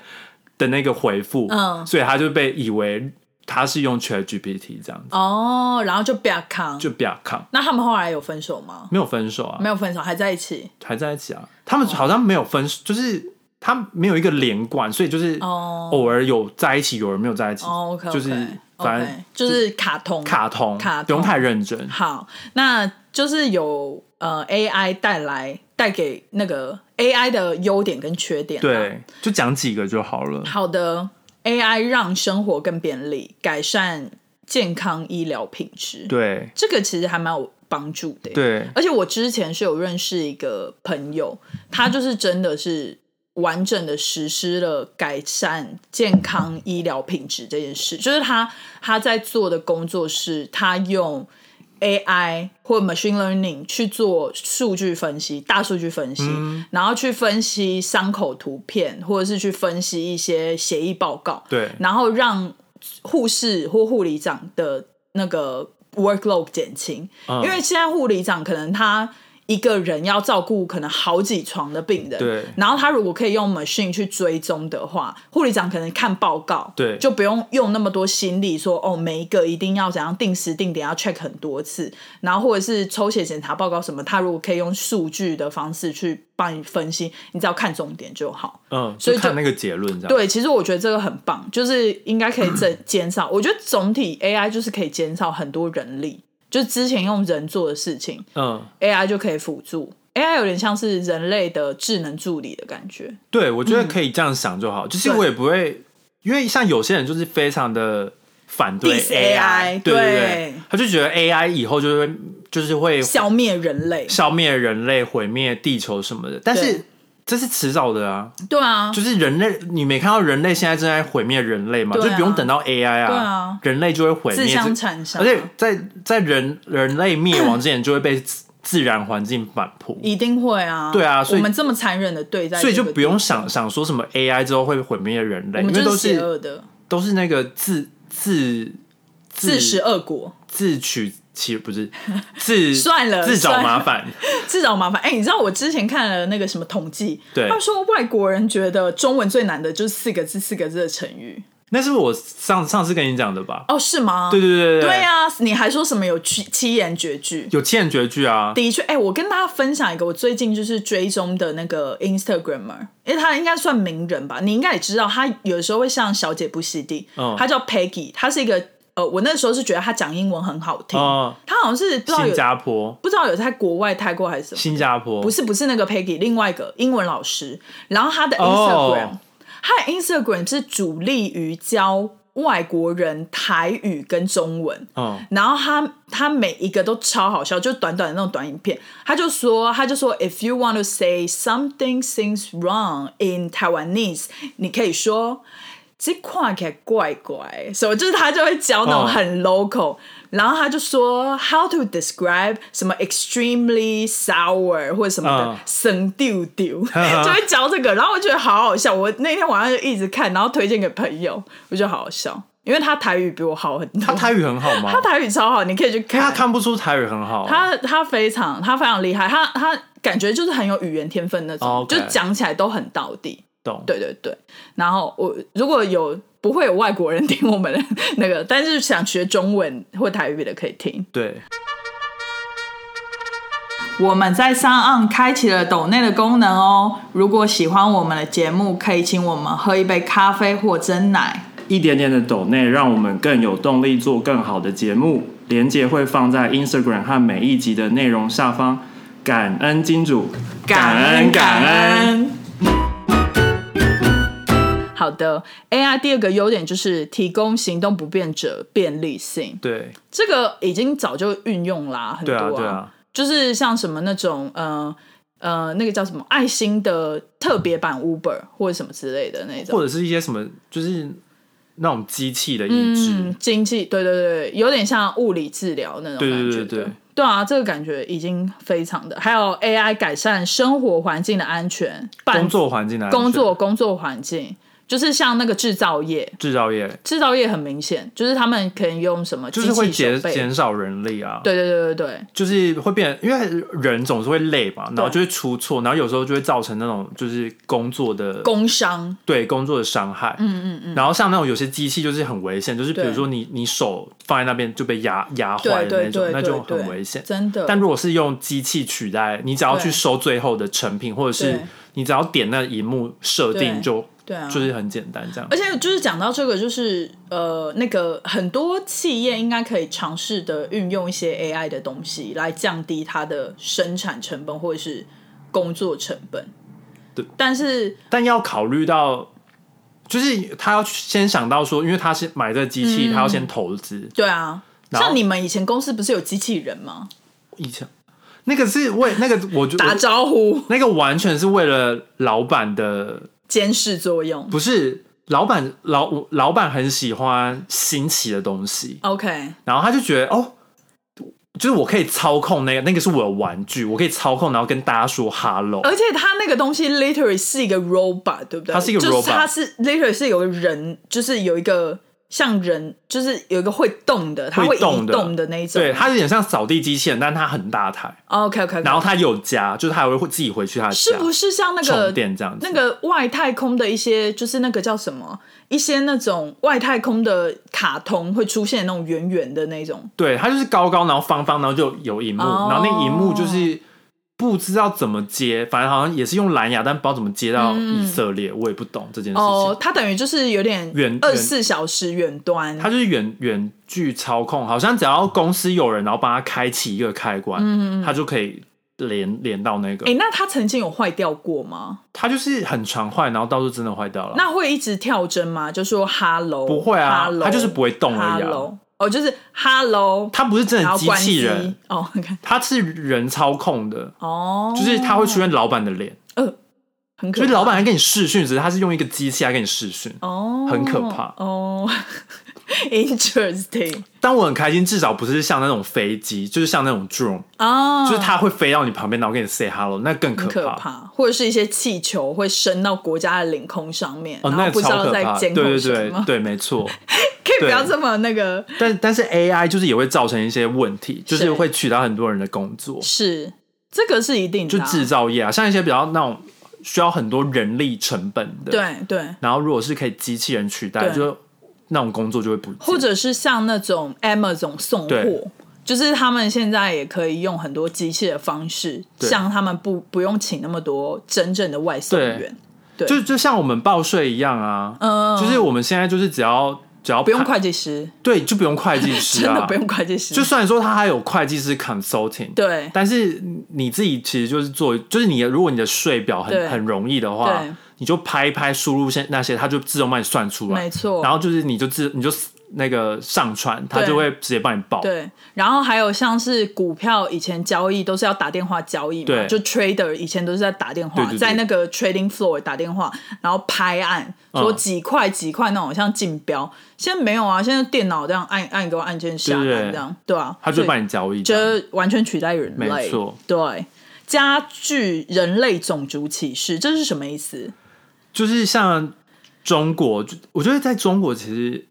Speaker 1: 的那个回复，
Speaker 2: 嗯
Speaker 1: 所以他就被以为他是用 ChatGPT 这样子，
Speaker 2: 哦，然后就不要扛。
Speaker 1: 就比较抗，
Speaker 2: 那他们后来有分手吗？
Speaker 1: 没有分手啊，
Speaker 2: 没哦有分手，还在一起。
Speaker 1: 还在一起啊，他们好像没有分，就是他没有一个连贯，所以就是
Speaker 2: 哦
Speaker 1: 偶尔有在一起，有人没有在一起，
Speaker 2: 哦，OK，
Speaker 1: 就是反正
Speaker 2: OK，就是卡通。
Speaker 1: 卡通，
Speaker 2: 卡通
Speaker 1: 不用太认真，
Speaker 2: 好，那就是有呃 AI 带来带给那个 AI 的优点跟缺点、啊。，
Speaker 1: 对，就讲几个就好了，
Speaker 2: 好的，AI 让生活更便利，改善健康医疗品质。，
Speaker 1: 对
Speaker 2: 这个其实还蛮有帮助的。，
Speaker 1: 对，
Speaker 2: 而且我之前是有认识一个朋友，他就是真的是完整的实施了改善健康医疗品质这件事，就是他他在做的工作是，他用 AI 或 machine learning 去做数据分析、大数据分析，然后去分析伤口图片，或者是去分析一些协议报告，
Speaker 1: 对
Speaker 2: 然后让护士或护理长的那个 workload 减轻，
Speaker 1: 嗯
Speaker 2: 因为现在护理长可能他一个人要照顾可能好几床的病人，
Speaker 1: 对
Speaker 2: 然后他如果可以用 machine 去追踪的话，护理长可能看报告，
Speaker 1: 对
Speaker 2: 就不用用那么多心力说哦，每一个一定要怎样定时定点要 check 很多次，然后或者是抽血检查报告什么，他如果可以用数据的方式去帮你分析，你只要看重点就好。
Speaker 1: 嗯，
Speaker 2: 所以
Speaker 1: 就看
Speaker 2: 就
Speaker 1: 那个结论这样，
Speaker 2: 对，其实我觉得这个很棒，就是应该可以减减少。我觉得总体 AI 就是可以减少很多人力，就是之前用人做的事情
Speaker 1: 嗯。
Speaker 2: ，AI 就可以辅助。AI 有点像是人类的智能助理的感觉，
Speaker 1: 对，我
Speaker 2: 嗯
Speaker 1: 觉得可以这样想就好。就是我也不会，因为像有些人就是非常的反对
Speaker 2: Diss AI
Speaker 1: 对
Speaker 2: 对
Speaker 1: 对，他就觉得 AI 以后就是会就是会
Speaker 2: 消灭人类。
Speaker 1: 消灭人类、毁灭地球什么的。但
Speaker 2: 对
Speaker 1: 是这是迟早的啊，
Speaker 2: 对啊，
Speaker 1: 就是人类，你没看到人类现在正在毁灭人类嘛？
Speaker 2: 对啊
Speaker 1: 就不用等到 AI 啊，
Speaker 2: 对啊
Speaker 1: 人类就会毁灭
Speaker 2: 自相
Speaker 1: 这
Speaker 2: 残杀
Speaker 1: 而且在在人人类灭亡之前，就会被自自然环境反扑。
Speaker 2: 一定会啊。
Speaker 1: 对啊所以
Speaker 2: 我们这么残忍的对待，
Speaker 1: 所以就不用，想想说什么 AI 之后会毁灭人类，因
Speaker 2: 我们
Speaker 1: 为
Speaker 2: 就
Speaker 1: 都
Speaker 2: 是呃
Speaker 1: 是嗯
Speaker 2: 邪恶的，
Speaker 1: 都是那个自自
Speaker 2: 自食恶果，
Speaker 1: 自取其不 是自
Speaker 2: 算了
Speaker 1: 自找
Speaker 2: 算了
Speaker 1: 麻烦，
Speaker 2: 自找麻烦。哎、你知道我之前看了那个什么统计，
Speaker 1: 对
Speaker 2: 他们说外国人觉得中文最难的就是四个字四个字的成语。
Speaker 1: 那是我上上次跟你讲的吧？
Speaker 2: 哦，是吗？
Speaker 1: 对对对
Speaker 2: 对啊
Speaker 1: 对，
Speaker 2: 呀、你还说什么有七七言绝句？
Speaker 1: 有欠绝句啊，
Speaker 2: 的确，哎、我跟大家分享一个我最近就是追踪的那个 Instagramer，因为他应该算名人吧，你应该也知道，他有时候会上《小姐不熙娣》
Speaker 1: 嗯
Speaker 2: 他叫 Peggy，他是一个呃，我那时候是觉得他讲英文很好听，
Speaker 1: 哦
Speaker 2: 他好像是不知道
Speaker 1: 新
Speaker 2: 有
Speaker 1: 加坡
Speaker 2: 不知道有在国外泰国还是什么，
Speaker 1: 新加坡
Speaker 2: 不是不是那个 Peggy，另外一个英文老师，然后他的 Instagram，、
Speaker 1: 哦
Speaker 2: 他的 Instagram 是主力于教外国人台语跟中文。
Speaker 1: 嗯
Speaker 2: 然后他他每一个都超好笑，就短短的那种短影片，他就说他就说，if you want to say something seems wrong in Taiwanese，你可以说这看起来怪怪，什么就是他就会
Speaker 1: 哦
Speaker 2: 讲那种很 local，、然后他就说 how to describe 什么 extremely sour 或者什么的
Speaker 1: 嗯，
Speaker 2: 生丢 丢，就会教这个，然后我觉得好好笑，我那天晚上就一直看，然后推荐给朋友，我觉得好好笑，因为他台语比我好很多，
Speaker 1: 他台语很好吗？
Speaker 2: 他台语超好，你可以去
Speaker 1: 因为他
Speaker 2: 看，
Speaker 1: 看不出台语很好，
Speaker 2: 他他非常他非常厉害，他他感觉就是很有语言天分那种，
Speaker 1: 哦 OK
Speaker 2: 就讲起来都很到地。
Speaker 1: 懂？
Speaker 2: 对对对，然后我如果有不会有外国人 听我们的那个，但是想学中文或台语的可以听。
Speaker 1: 对，
Speaker 2: 我们在上岸开启了抖内的功能哦，如果喜欢我们的节目，可以请我们喝一杯咖啡或蒸奶。
Speaker 3: 一点点的抖内，让我们更有动力做更好的节目。连接会放在 Instagram 和每一集的内容下方。感恩金主，感恩。
Speaker 2: 好的，AI 第二个优点就是提供行动不便者便利性。
Speaker 1: 对，
Speaker 2: 这个已经早就运用啦，很多
Speaker 1: 对啊，对啊，
Speaker 2: 就是像什么那种呃呃那个叫什么爱心的特别版 Uber 或者什么之类的那种，
Speaker 1: 或者是一些什么，就是那种机器的意志，
Speaker 2: 嗯，经济对对对，有点像物理治疗那种
Speaker 1: 对
Speaker 2: 感
Speaker 1: 对
Speaker 2: 觉
Speaker 1: 对对
Speaker 2: 的对啊，这个感觉已经非常的，还有 AI 改善生活环境的安全，办
Speaker 1: 工作环境的安全
Speaker 2: 工作工作环境，就是像那个制造业，
Speaker 1: 制造业，
Speaker 2: 制造业很明显，就是他们可以用什么
Speaker 1: 就
Speaker 2: 机
Speaker 1: 是
Speaker 2: 器手
Speaker 1: 会减
Speaker 2: 背，
Speaker 1: 减少人力啊，
Speaker 2: 对对对对对，
Speaker 1: 就是会变，因为人总是会累嘛，然后就会出错，然后有时候就会造成那种就是工作的
Speaker 2: 工伤，
Speaker 1: 对工作的伤害。嗯嗯嗯。然后像那种有些机器就是很危险，就是比
Speaker 2: 对
Speaker 1: 如说你你手放在那边就被压压坏的
Speaker 2: 对对
Speaker 1: 那种，
Speaker 2: 对
Speaker 1: 那
Speaker 2: 对
Speaker 1: 就
Speaker 2: 对，
Speaker 1: 很危险。
Speaker 2: 真的。
Speaker 1: 但如果是用机器取代，你只要
Speaker 2: 对
Speaker 1: 去收最后的成品，或者是
Speaker 2: 对
Speaker 1: 你只要点那荧幕设定
Speaker 2: 对
Speaker 1: 就，
Speaker 2: 对啊
Speaker 1: 就是很简单这样
Speaker 2: 而。且就是讲到这个，就是呃，那个很多企业应该可以尝试的运用一些 AI 的东西来降低它的生产成本或者是工作成本。
Speaker 1: 对，
Speaker 2: 但是
Speaker 1: 但要考虑到，就是他要先想到说，因为他是买这个机
Speaker 2: 嗯
Speaker 1: 器，他要先投资。
Speaker 2: 对啊，
Speaker 1: 然后
Speaker 2: 像你们以前公司不是有机器人吗？
Speaker 1: 以前那个是为那个我就
Speaker 2: 打
Speaker 1: 我
Speaker 2: 招呼、
Speaker 1: 那个完全是为了老板的，
Speaker 2: 监视作用。
Speaker 1: 不是老板老老板很喜欢新奇的东西，
Speaker 2: OK，
Speaker 1: 然后他就觉得哦。就是我可以操控那个，那个是我的玩具，我可以操控，然后跟大家说 “hello”。
Speaker 2: 而且它那个东西 literally 是一个 robot，对不对？
Speaker 1: 它是一个
Speaker 2: 就是
Speaker 1: robot
Speaker 2: 它是 literally 是有个人，就是有一个像人，就是有一个会动的，它
Speaker 1: 会
Speaker 2: 会移
Speaker 1: 动的
Speaker 2: 动的那一种。
Speaker 1: 对，它有点像扫地机器人，但它很大台，
Speaker 2: OK OK，
Speaker 1: 然后它有家，就是它还会自己回去它的家，
Speaker 2: 是不是像那
Speaker 1: 充
Speaker 2: 个
Speaker 1: 电这样子？
Speaker 2: 那个外太空的一些，就是那个叫什么，一些那种外太空的卡通会出现那种圆圆的那种，
Speaker 1: 对，它就是高高，然后方方，然后就有荧幕，
Speaker 2: 哦
Speaker 1: 然后那荧幕就是不知道怎么接，反正好像也是用蓝牙，但不知道怎么接到以色列，我也不懂这件事情。
Speaker 2: 嗯哦，它等于就是有点
Speaker 1: 远
Speaker 2: 二十四小时远端，
Speaker 1: 它就是远远距操控，好像只要公司有人，然后帮他开启一个开关，
Speaker 2: 嗯
Speaker 1: 它就可以连连到那个。
Speaker 2: 哎、那它曾经有坏掉过吗？
Speaker 1: 它就是很常坏，然后到时候真的坏掉了。
Speaker 2: 那会一直跳针吗？就说 hello，
Speaker 1: 啊不会啊
Speaker 2: hello,
Speaker 1: 它就是不会动而已啊
Speaker 2: hello，哦，就是 hello，
Speaker 1: 它不是真
Speaker 2: 然
Speaker 1: 的
Speaker 2: 后
Speaker 1: 机
Speaker 2: 关
Speaker 1: 器
Speaker 2: 机
Speaker 1: 人，
Speaker 2: 哦，你看
Speaker 1: 它是人操控的，
Speaker 2: 哦，
Speaker 1: 就是它会出现老板的脸，
Speaker 2: 很可
Speaker 1: 就
Speaker 2: 怕，
Speaker 1: 是老板还跟你视讯，只是他是用一个机器来跟你视讯。
Speaker 2: 哦，
Speaker 1: 很可怕
Speaker 2: 哦 ，interesting
Speaker 1: 但我很开心，至少不是像那种飞机，就是像那种 drone，、
Speaker 2: 啊，
Speaker 1: 就是它会飞到你旁边，然后跟你 say hello，那更
Speaker 2: 很
Speaker 1: 可怕。
Speaker 2: 可怕，或者是一些气球会升到国家的领空上面，
Speaker 1: 哦，
Speaker 2: 然
Speaker 1: 那
Speaker 2: 后不知
Speaker 1: 超
Speaker 2: 道
Speaker 1: 可
Speaker 2: 在
Speaker 1: 怕！对
Speaker 2: 监控
Speaker 1: 对
Speaker 2: 什
Speaker 1: 对
Speaker 2: 么，
Speaker 1: 对，没错。
Speaker 2: 可以不要
Speaker 1: 对
Speaker 2: 这么那个
Speaker 1: 但但是 AI 就是也会造成一些问题，就是
Speaker 2: 是
Speaker 1: 会取代很多人的工作，
Speaker 2: 是啊这个是一定
Speaker 1: 就
Speaker 2: 的啊、
Speaker 1: 制造业啊，像一些比较那种需要很多人力成本的，。
Speaker 2: 对对，
Speaker 1: 然后如果是可以机器人取代，
Speaker 2: 对
Speaker 1: 就那种工作就会不见
Speaker 2: 或者是像那种 Amazon 送货
Speaker 1: 对。
Speaker 2: 就是他们现在也可以用很多机器的方式，
Speaker 1: 对
Speaker 2: 像他们不不用请那么多真正的外送
Speaker 1: 对
Speaker 2: 员，
Speaker 1: 就就像我们报税一样啊，
Speaker 2: 嗯
Speaker 1: 就是我们现在就是只要只要
Speaker 2: 不用
Speaker 1: 盘
Speaker 2: 会计师，
Speaker 1: 对，就不用会计师
Speaker 2: 真
Speaker 1: 啊，
Speaker 2: 的不用会计师，
Speaker 1: 就虽然说它还有会计师 consulting，，
Speaker 2: 对
Speaker 1: 但是你自己其实就是做，就是你的如果你的税表
Speaker 2: 对
Speaker 1: 很很容易的话
Speaker 2: 对，
Speaker 1: 你就拍一拍，输入些那些，它就自动帮你算出来，
Speaker 2: 没错
Speaker 1: 然后就是你就自你就那个上传，他
Speaker 2: 对
Speaker 1: 就会直接帮你报。
Speaker 2: 对，然后还有像是股票，以前交易都是要打电话交易嘛，
Speaker 1: 对
Speaker 2: 就 trader 以前都是在打电话，
Speaker 1: 对对对
Speaker 2: 在那个 trading floor 打电话，然后拍案说
Speaker 1: 嗯
Speaker 2: 几块几块那种，像竞标。现在没有啊，现在电脑这样按按一个按键下单
Speaker 1: 对对对
Speaker 2: 这样，对啊，
Speaker 1: 他就
Speaker 2: 所以
Speaker 1: 帮你交易这样。
Speaker 2: 就完全取代人类，
Speaker 1: 没错，
Speaker 2: 对。加剧人类种族歧视，这是什么意思？
Speaker 1: 就是像中国，就我觉得在中国其实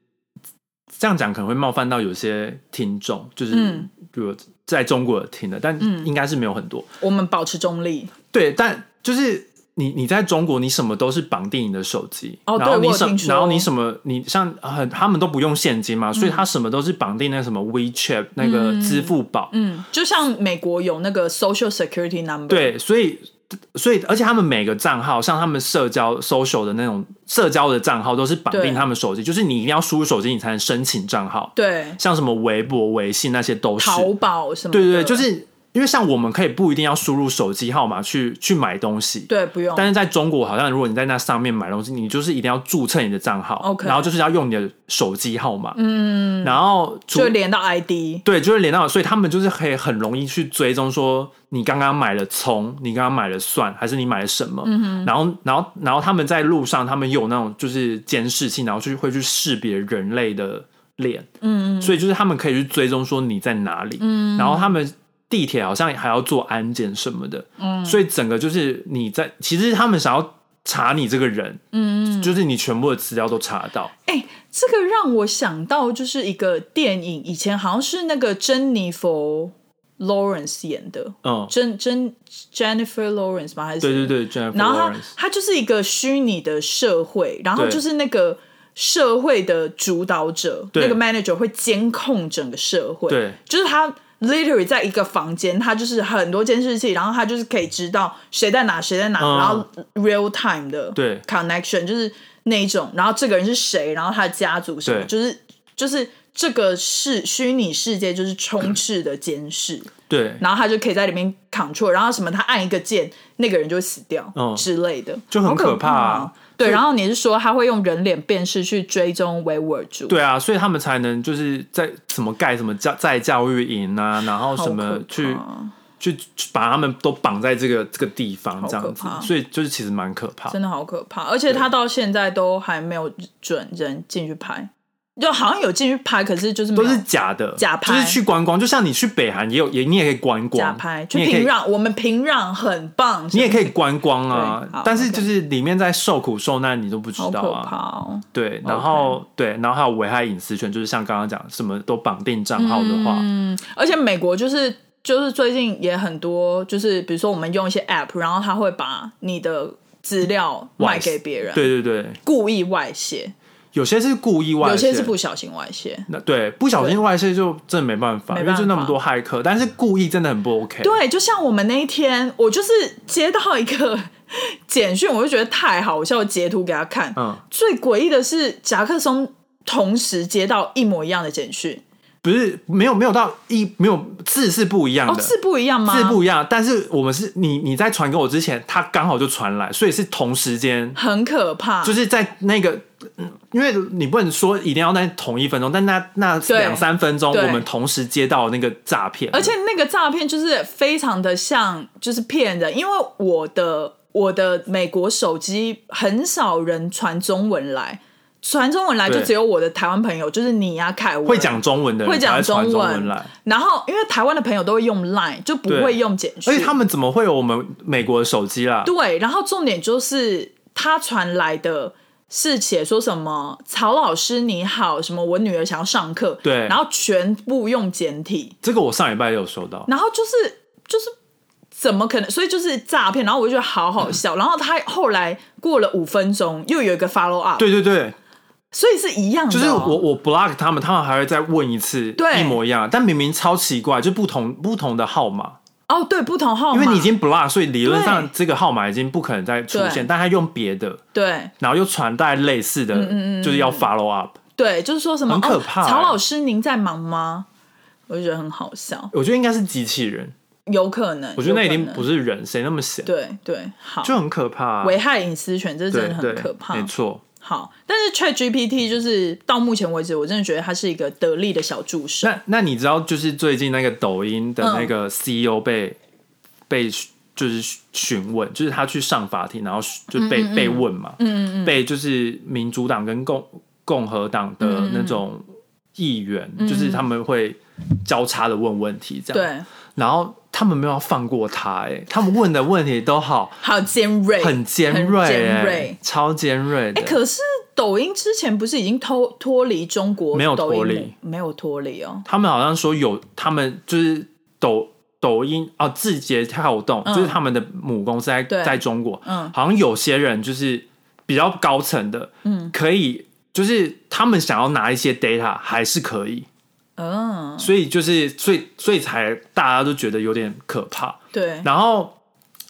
Speaker 1: 这样讲可能会冒犯到有些听众，就是
Speaker 2: 嗯
Speaker 1: 如果在中国听的，但应该是没有很多。
Speaker 2: 我们保持中立
Speaker 1: 对，但就是你你在中国，你什么都是绑定你的手机，
Speaker 2: 哦
Speaker 1: 然后
Speaker 2: 对
Speaker 1: 你
Speaker 2: 我有
Speaker 1: 什
Speaker 2: 听说嗯
Speaker 1: 然后你什么你像很他们都不用现金嘛，所以他什么都是绑定那什么 WeChat 那个支付宝，
Speaker 2: 嗯，就像美国有那个 Social Security Number，，
Speaker 1: 对，所以。所以，而且他们每个账号，像他们社交 social 的那种社交的账号，都是绑
Speaker 2: 对
Speaker 1: 定他们手机，就是你一定要输入手机，你才能申请账号。
Speaker 2: 对，
Speaker 1: 像什么微博、微信那些都是。
Speaker 2: 淘宝什么的，
Speaker 1: 对对对，就是因为像我们可以不一定要输入手机号码去去买东西，
Speaker 2: 对，不用。
Speaker 1: 但是在中国，好像如果你在那上面买东西，你就是一定要注册你的账号
Speaker 2: OK
Speaker 1: 然后就是要用你的手机号码，嗯，然后除
Speaker 2: 就连到 ID，
Speaker 1: 对，就会连到，所以他们就是可以很容易去追踪说你刚刚买了葱，你刚刚买了蒜，还是你买了什么，嗯、然后然后然后他们在路上，他们有那种就是监视器，然后去会去识别人类的脸，嗯，所以就是他们可以去追踪说你在哪里，嗯，然后他们。地铁好像还要做安检什么的，嗯，所以整个就是你在，其实他们想要查你这个人，嗯，就是你全部的资料都查得到，
Speaker 2: 哎、这个让我想到就是一个电影，以前好像是那个珍妮佛 Lawrence 演的，
Speaker 1: 嗯，
Speaker 2: 珍珍 Jennifer Lawrence 吗？还是
Speaker 1: 对对
Speaker 2: 对，
Speaker 1: 对，Jennifer
Speaker 2: 然后它
Speaker 1: Lawrence
Speaker 2: 它就是一个虚拟的社会，然后
Speaker 1: 对
Speaker 2: 就是那个社会的主导者，
Speaker 1: 对
Speaker 2: 那个 manager 会监控整个社会，
Speaker 1: 对，
Speaker 2: 就是他 literally 在一个房间，他就是很多监视器，然后他就是可以知道谁在哪，谁在哪，
Speaker 1: 嗯
Speaker 2: 然后 real time 的
Speaker 1: 对
Speaker 2: connection 就是那一种，然后这个人是谁，然后他的家族什么，
Speaker 1: 对
Speaker 2: 就是就是这个世虚拟世界就是充斥的监视，
Speaker 1: 对，
Speaker 2: 然后他就可以在里面 control，然后什么他按一个键，那个人就会死掉、
Speaker 1: 嗯
Speaker 2: 之类的，
Speaker 1: 就很
Speaker 2: 好可
Speaker 1: 可怕啊
Speaker 2: 哦对，然后你是说他会用人脸辨识去追踪维吾尔族？
Speaker 1: 对啊，所以他们才能就是在什么盖什么教在教育营啊，然后
Speaker 2: 好
Speaker 1: 什
Speaker 2: 可怕，
Speaker 1: 么去去去把他们都绑在这个这个地方这样子
Speaker 2: 好可怕，
Speaker 1: 所以就是其实蛮可怕。
Speaker 2: 真的好可怕，而且他到现在都还没有准人进去拍，就好像有进去拍，可是就是没
Speaker 1: 都
Speaker 2: 有
Speaker 1: 是假的，
Speaker 2: 假
Speaker 1: 就
Speaker 2: 拍
Speaker 1: 是去观光，就像你去北韩也有也你也可以观光，
Speaker 2: 假拍，
Speaker 1: 你
Speaker 2: 去
Speaker 1: 也可
Speaker 2: 平
Speaker 1: 以
Speaker 2: 壤，我们平壤很棒，
Speaker 1: 你也可以观光
Speaker 2: 对好
Speaker 1: 啊，但是
Speaker 2: OK
Speaker 1: 就是里面在受苦受难，你都不知
Speaker 2: 好
Speaker 1: 道
Speaker 2: 可怕
Speaker 1: 啊。
Speaker 2: 哦。
Speaker 1: 对，然后对，然后还有危害隐私权，就是像刚刚讲什么都绑定账号的话，
Speaker 2: 而且美国就是就是最近也很多，就是比如说我们用一些 app，然后他会把你的资料卖给别人，
Speaker 1: 对对对，
Speaker 2: 故意外泄，
Speaker 1: 有些是故意外泄，
Speaker 2: 有些是不小心外泄。
Speaker 1: 那对，不小心外泄就真的没办法，
Speaker 2: 没
Speaker 1: 因
Speaker 2: 办法
Speaker 1: 为就那么多骇客，但是故意真的很不 OK。，
Speaker 2: 对，就像我们那一天，我就是接到一个 简讯，我就觉得太好笑，我截图给他看。
Speaker 1: 嗯，
Speaker 2: 最诡异的是，夹克松同时接到一模一样的简讯，
Speaker 1: 不是没有没有到一没有字是不一样
Speaker 2: 哦，
Speaker 1: 的，
Speaker 2: 字不一样吗？
Speaker 1: 字不一样，但是我们是你你在传给我之前，他刚好就传来，所以是同时 间，
Speaker 2: 很可怕，
Speaker 1: 就是在那个。嗯因为你不能说一定要在同一分钟，但那那
Speaker 2: 对
Speaker 1: 两三分钟，
Speaker 2: 对
Speaker 1: 我们同时接到那个诈骗，
Speaker 2: 而且那个诈骗就是非常的像，就是骗人，因为我的我的美国手机很少人传中文来，传中文来就
Speaker 1: 对
Speaker 2: 只有我的台湾朋友，就是你呀、凯文
Speaker 1: 会讲。中文的人
Speaker 2: 会讲
Speaker 1: 才传
Speaker 2: 中
Speaker 1: 中
Speaker 2: 文
Speaker 1: 文来，
Speaker 2: 然后，因为台湾的朋友都会用 Line，就不
Speaker 1: 对
Speaker 2: 会用简讯。
Speaker 1: 而且他们怎么会有我们美国的手机啊啦？
Speaker 2: 对，然后重点就是他传来的是写说什么“曹老师你好”，什么我女儿想要上课，
Speaker 1: 对
Speaker 2: 然后全部用简体，
Speaker 1: 这个我上礼拜也有收到，
Speaker 2: 然后就是就是怎么可能？所以就是诈骗，然后我就觉得好好
Speaker 1: 嗯
Speaker 2: 笑。然后他后来过了五分钟，又有一个 follow up，，
Speaker 1: 对对对，
Speaker 2: 所以是一样的哦、
Speaker 1: 就是我我 block 他们，他们还会再问一次，
Speaker 2: 对
Speaker 1: 一模一样，但明明超奇怪，就不同不同的号码，
Speaker 2: 哦，对，不同号
Speaker 1: 因
Speaker 2: 码，
Speaker 1: 为你已经 block，所以理论上
Speaker 2: 对
Speaker 1: 这个号码已经不可能再出
Speaker 2: 对嗯
Speaker 1: 现，但他用别的，
Speaker 2: 对
Speaker 1: 然后又传带类似的，就是要 follow up。
Speaker 2: 对，就是说什么
Speaker 1: 很可怕
Speaker 2: 哦、
Speaker 1: 欸
Speaker 2: 曹老师您在忙吗？我就觉得很好笑，
Speaker 1: 我觉得应该是机器人，
Speaker 2: 有可能，
Speaker 1: 我觉得那一
Speaker 2: 有可
Speaker 1: 定
Speaker 2: 能
Speaker 1: 不是人，谁那么闲，
Speaker 2: 对对，好，
Speaker 1: 就很可怕啊、
Speaker 2: 危害隐私权，这
Speaker 1: 对
Speaker 2: 真的很
Speaker 1: 对
Speaker 2: 可怕
Speaker 1: 没。错。
Speaker 2: 好，但是 Chat GPT 就是到目前为止，我真的觉得它是一个得力的小助手。
Speaker 1: 那那你知道，就是最近那个抖音的那个 CEO 被、被就是询问，就是他去上法庭，然后就被、被问嘛，嗯嗯嗯被就是民主党跟共共和党的那种议员，就是他们会交叉的问问题这样，，
Speaker 2: 对，
Speaker 1: 然后他们没有放过他、哎，他们问的问题都好
Speaker 2: 好尖锐，
Speaker 1: 哎很尖锐、
Speaker 2: 尖
Speaker 1: 哎
Speaker 2: 锐。
Speaker 1: 超尖锐的，
Speaker 2: 哎、可是抖音之前不是已经脱脱离中国
Speaker 1: 没有
Speaker 2: 抖音
Speaker 1: 脱离
Speaker 2: 的，没有脱离哦。
Speaker 1: 他们好像说有，他们就是抖抖音啊，字节跳动、
Speaker 2: 嗯
Speaker 1: 就是他们的母公司在
Speaker 2: 对
Speaker 1: 在中国，
Speaker 2: 嗯
Speaker 1: 好像有些人就是比较高层的，嗯，可以就是他们想要拿一些 data 还是可以，
Speaker 2: 嗯，
Speaker 1: 所以就是所以所以才大家都觉得有点可怕。
Speaker 2: 对，
Speaker 1: 然后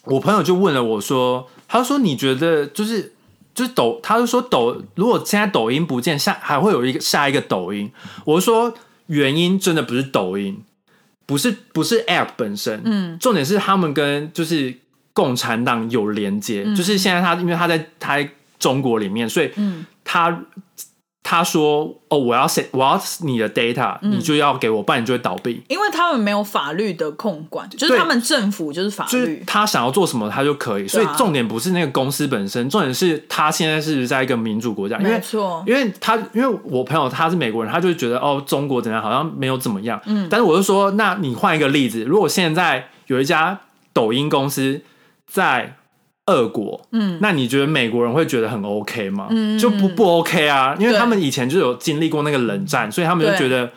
Speaker 1: 我朋友就问了我说，他说你觉得就是就是抖，他就说抖，如果现在抖音不见，下还会有一个下一个抖音。我就说原因真的不是抖音，不是不是 App 本身，嗯，重点是他们跟就是共产党有连接，就是现在他因为他在他在中国里面，所以他。他说：“哦，我要谁？我要你的 data，、你就要给我，不然你就会倒闭。
Speaker 2: 因为他们没有法律的控管，就是
Speaker 1: 对
Speaker 2: 他们政府就是法
Speaker 1: 就是
Speaker 2: 律。啊
Speaker 1: 他想要做什么，他就可以。所以重点不是那个公司本身，重点是他现在是不是在一个民主国家？因
Speaker 2: 没
Speaker 1: 为
Speaker 2: 错，
Speaker 1: 因为他因为我朋友他是美国人，他就觉得哦，中国怎样好像没有怎么样。嗯，但是我就说，那你换一个例子，如果现在有一家抖音公司在俄国，嗯，那你觉得美国人会觉得很 OK 吗？嗯，就不不 OK 啊，因为
Speaker 2: 对
Speaker 1: 他们以前就有经历过那个冷战，所以他们就
Speaker 2: 对
Speaker 1: 觉得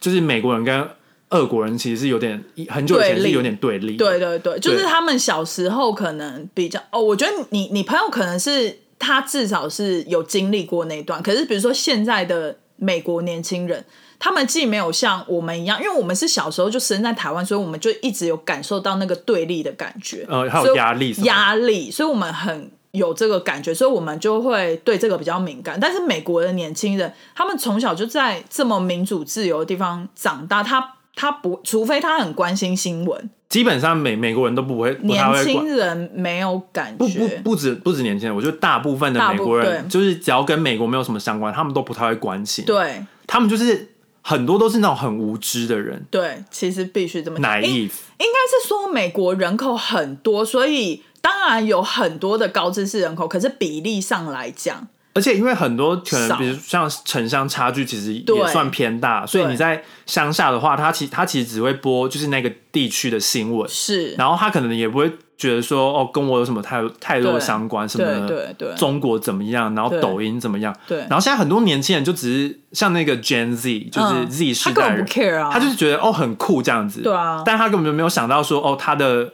Speaker 1: 就是美国人跟俄国人其实是有点很久以前
Speaker 2: 对
Speaker 1: 是
Speaker 2: 立
Speaker 1: 有点对立，
Speaker 2: 对对对，就是他们小时候可能比较哦，我觉得你你朋友可能是他至少是有经历过那一段，可是比如说现在的美国年轻人，他们既没有像我们一样，因为我们是小时候就生在台湾，所以我们就一直有感受到那个对立的感觉，
Speaker 1: 呃，还
Speaker 2: 所
Speaker 1: 有
Speaker 2: 以
Speaker 1: 压力什么的，
Speaker 2: 压力，所以我们很有这个感觉，所以我们就会对这个比较敏感。但是美国的年轻人，他们从小就在这么民主自由的地方长大，他他不，除非他很关心新闻，
Speaker 1: 基本上美美国人都不会不
Speaker 2: 年
Speaker 1: 太会管
Speaker 2: 轻。人没有感
Speaker 1: 不不
Speaker 2: 觉。
Speaker 1: 不止不止年轻人，我觉得大部分的
Speaker 2: 大部
Speaker 1: 美国人，
Speaker 2: 对
Speaker 1: 就是只要跟美国没有什么相关，他们都不太会关心。，
Speaker 2: 对
Speaker 1: 他们就是很多都是那种很无知的人
Speaker 2: 对，其实必须这么讲。应应
Speaker 1: ，naive。
Speaker 2: 该是说美国人口很多，所以当然有很多的高知识人口，可是比例上来讲，
Speaker 1: 而且因为很多可能，
Speaker 2: 少
Speaker 1: 比如像城乡差距，其实也
Speaker 2: 对
Speaker 1: 算偏大，所以
Speaker 2: 对
Speaker 1: 你在乡下的话，他其他其实只会播就是那个地区的新闻，
Speaker 2: 是
Speaker 1: 然后他可能也不会觉得说哦，跟我有什么太太多的
Speaker 2: 对
Speaker 1: 相关什么
Speaker 2: 对
Speaker 1: 的。
Speaker 2: 对对
Speaker 1: 中国怎么样，然后
Speaker 2: 对
Speaker 1: 抖音怎么样，
Speaker 2: 对
Speaker 1: 然后现在很多年轻人就只是像那个 Gen Z，就是
Speaker 2: 嗯
Speaker 1: Z
Speaker 2: 他
Speaker 1: 世
Speaker 2: 根
Speaker 1: 代
Speaker 2: 本
Speaker 1: 人
Speaker 2: 不，care 啊，
Speaker 1: 他就是觉得哦很酷这样子，
Speaker 2: 对啊
Speaker 1: 但他根本就没有想到说哦他的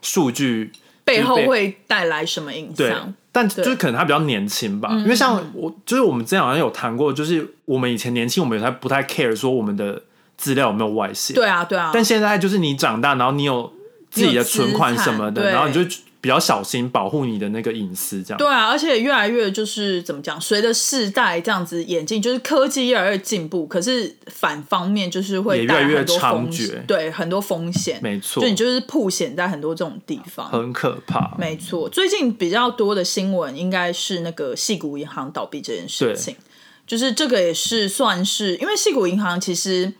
Speaker 1: 数据
Speaker 2: 背后
Speaker 1: 就是被
Speaker 2: 会带来什么影
Speaker 1: 对
Speaker 2: 响？，
Speaker 1: 但就是
Speaker 2: 对嗯
Speaker 1: 可能他比较年轻吧，因为像我就是我们之前好像有谈过，就是我们以前年轻，我们也才不太 care 说我们的资料有没有外泄，
Speaker 2: 对啊，对啊，
Speaker 1: 但现在就是你长大，然后你有自己的存款什么
Speaker 2: 你有资
Speaker 1: 的，
Speaker 2: 产
Speaker 1: 然后你就比较小心保护你的那个隐私，这样。
Speaker 2: 对啊，而且越来越就是怎么讲，随着世代这样子演进，就是科技越来越进步，可是反方面就是会
Speaker 1: 也
Speaker 2: 带来
Speaker 1: 越来越
Speaker 2: 很多
Speaker 1: 猖
Speaker 2: 风
Speaker 1: 獗
Speaker 2: 险，对，很多风险，
Speaker 1: 没错
Speaker 2: 就你就是曝险在很多这种地方。
Speaker 1: 很可怕。
Speaker 2: 没错，最近比较多的新闻应该是那个细谷银行倒闭这件事情，就是这个也是算是，因为细谷银行其实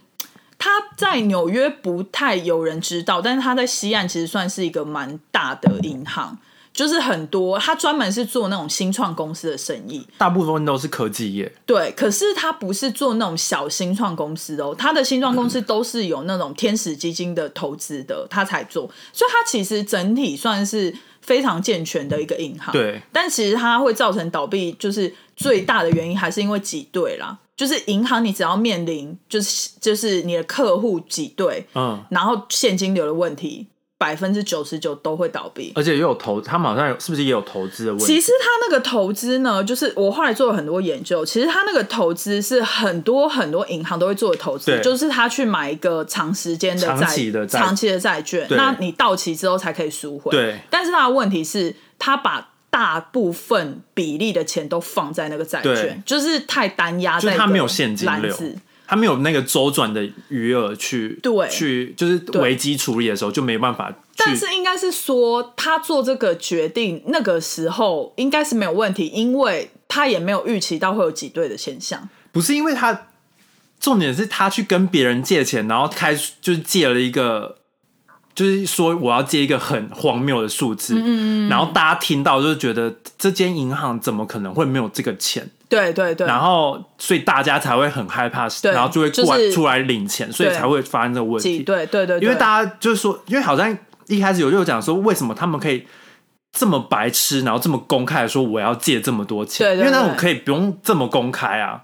Speaker 2: 它在纽约不太有人知道，但是它在西岸其实算是一个蛮大的银行，就是很多它专门是做那种新创公司的生意，
Speaker 1: 大部分都是科技业，
Speaker 2: 对，可是他不是做那种小新创公司的哦，他的新创公司都是有那种天使基金的投资的，他才做，所以他其实整体算是非常健全的一个银行。
Speaker 1: 对，
Speaker 2: 但其实它会造成倒闭，就是最大的原因还是因为挤兑啦。就是银行，你只要面临就是就是你的客户挤兑，
Speaker 1: 嗯，
Speaker 2: 然后现金流的问题，百分之九十九都会倒闭。
Speaker 1: 而且也有投，他们好像有是不是也有投资的问
Speaker 2: 其
Speaker 1: 题？
Speaker 2: 实他那个投资呢，就是我后来做了很多研究，其实他那个投资是很多很多银行都会做的投资
Speaker 1: 对，
Speaker 2: 就是他去买一个长时间的债，
Speaker 1: 长期的债
Speaker 2: 长期的债券，
Speaker 1: 对
Speaker 2: 那你到期之后才可以赎回。
Speaker 1: 对，
Speaker 2: 但是他的问题是，他把。大部分比例的钱都放在那个债
Speaker 1: 对
Speaker 2: 券，就是太单压
Speaker 1: 就
Speaker 2: 在
Speaker 1: 是
Speaker 2: 一
Speaker 1: 他
Speaker 2: 个
Speaker 1: 没有现金
Speaker 2: 篮
Speaker 1: 流
Speaker 2: 子
Speaker 1: 他没有那个周转的余额去
Speaker 2: 对
Speaker 1: 去就是危机处理的时候就没办法去。
Speaker 2: 但是应该是说，他做这个决定那个时候应该是没有问题，因为他也没有预期到会有挤兑的现象。
Speaker 1: 不是因为他，重点是他去跟别人借钱，然后开就是借了一个，就是说我要借一个很荒谬的数字，嗯嗯然后大家听到就是觉得这间银行怎么可能会没有这个钱，
Speaker 2: 对对对，
Speaker 1: 然后所以大家才会很害怕，
Speaker 2: 对
Speaker 1: 然后就会过来、
Speaker 2: 就是
Speaker 1: 出来领钱，所以
Speaker 2: 对
Speaker 1: 才会发生这个问
Speaker 2: 挤
Speaker 1: 题。
Speaker 2: 兑，对对对，
Speaker 1: 因为大家就是说，因为好像一开始有就有讲说，为什么他们可以这么白痴，然后这么公开的说我要借这么多钱？
Speaker 2: 对对
Speaker 1: 因为那种
Speaker 2: 对
Speaker 1: 可以不用这么公开啊。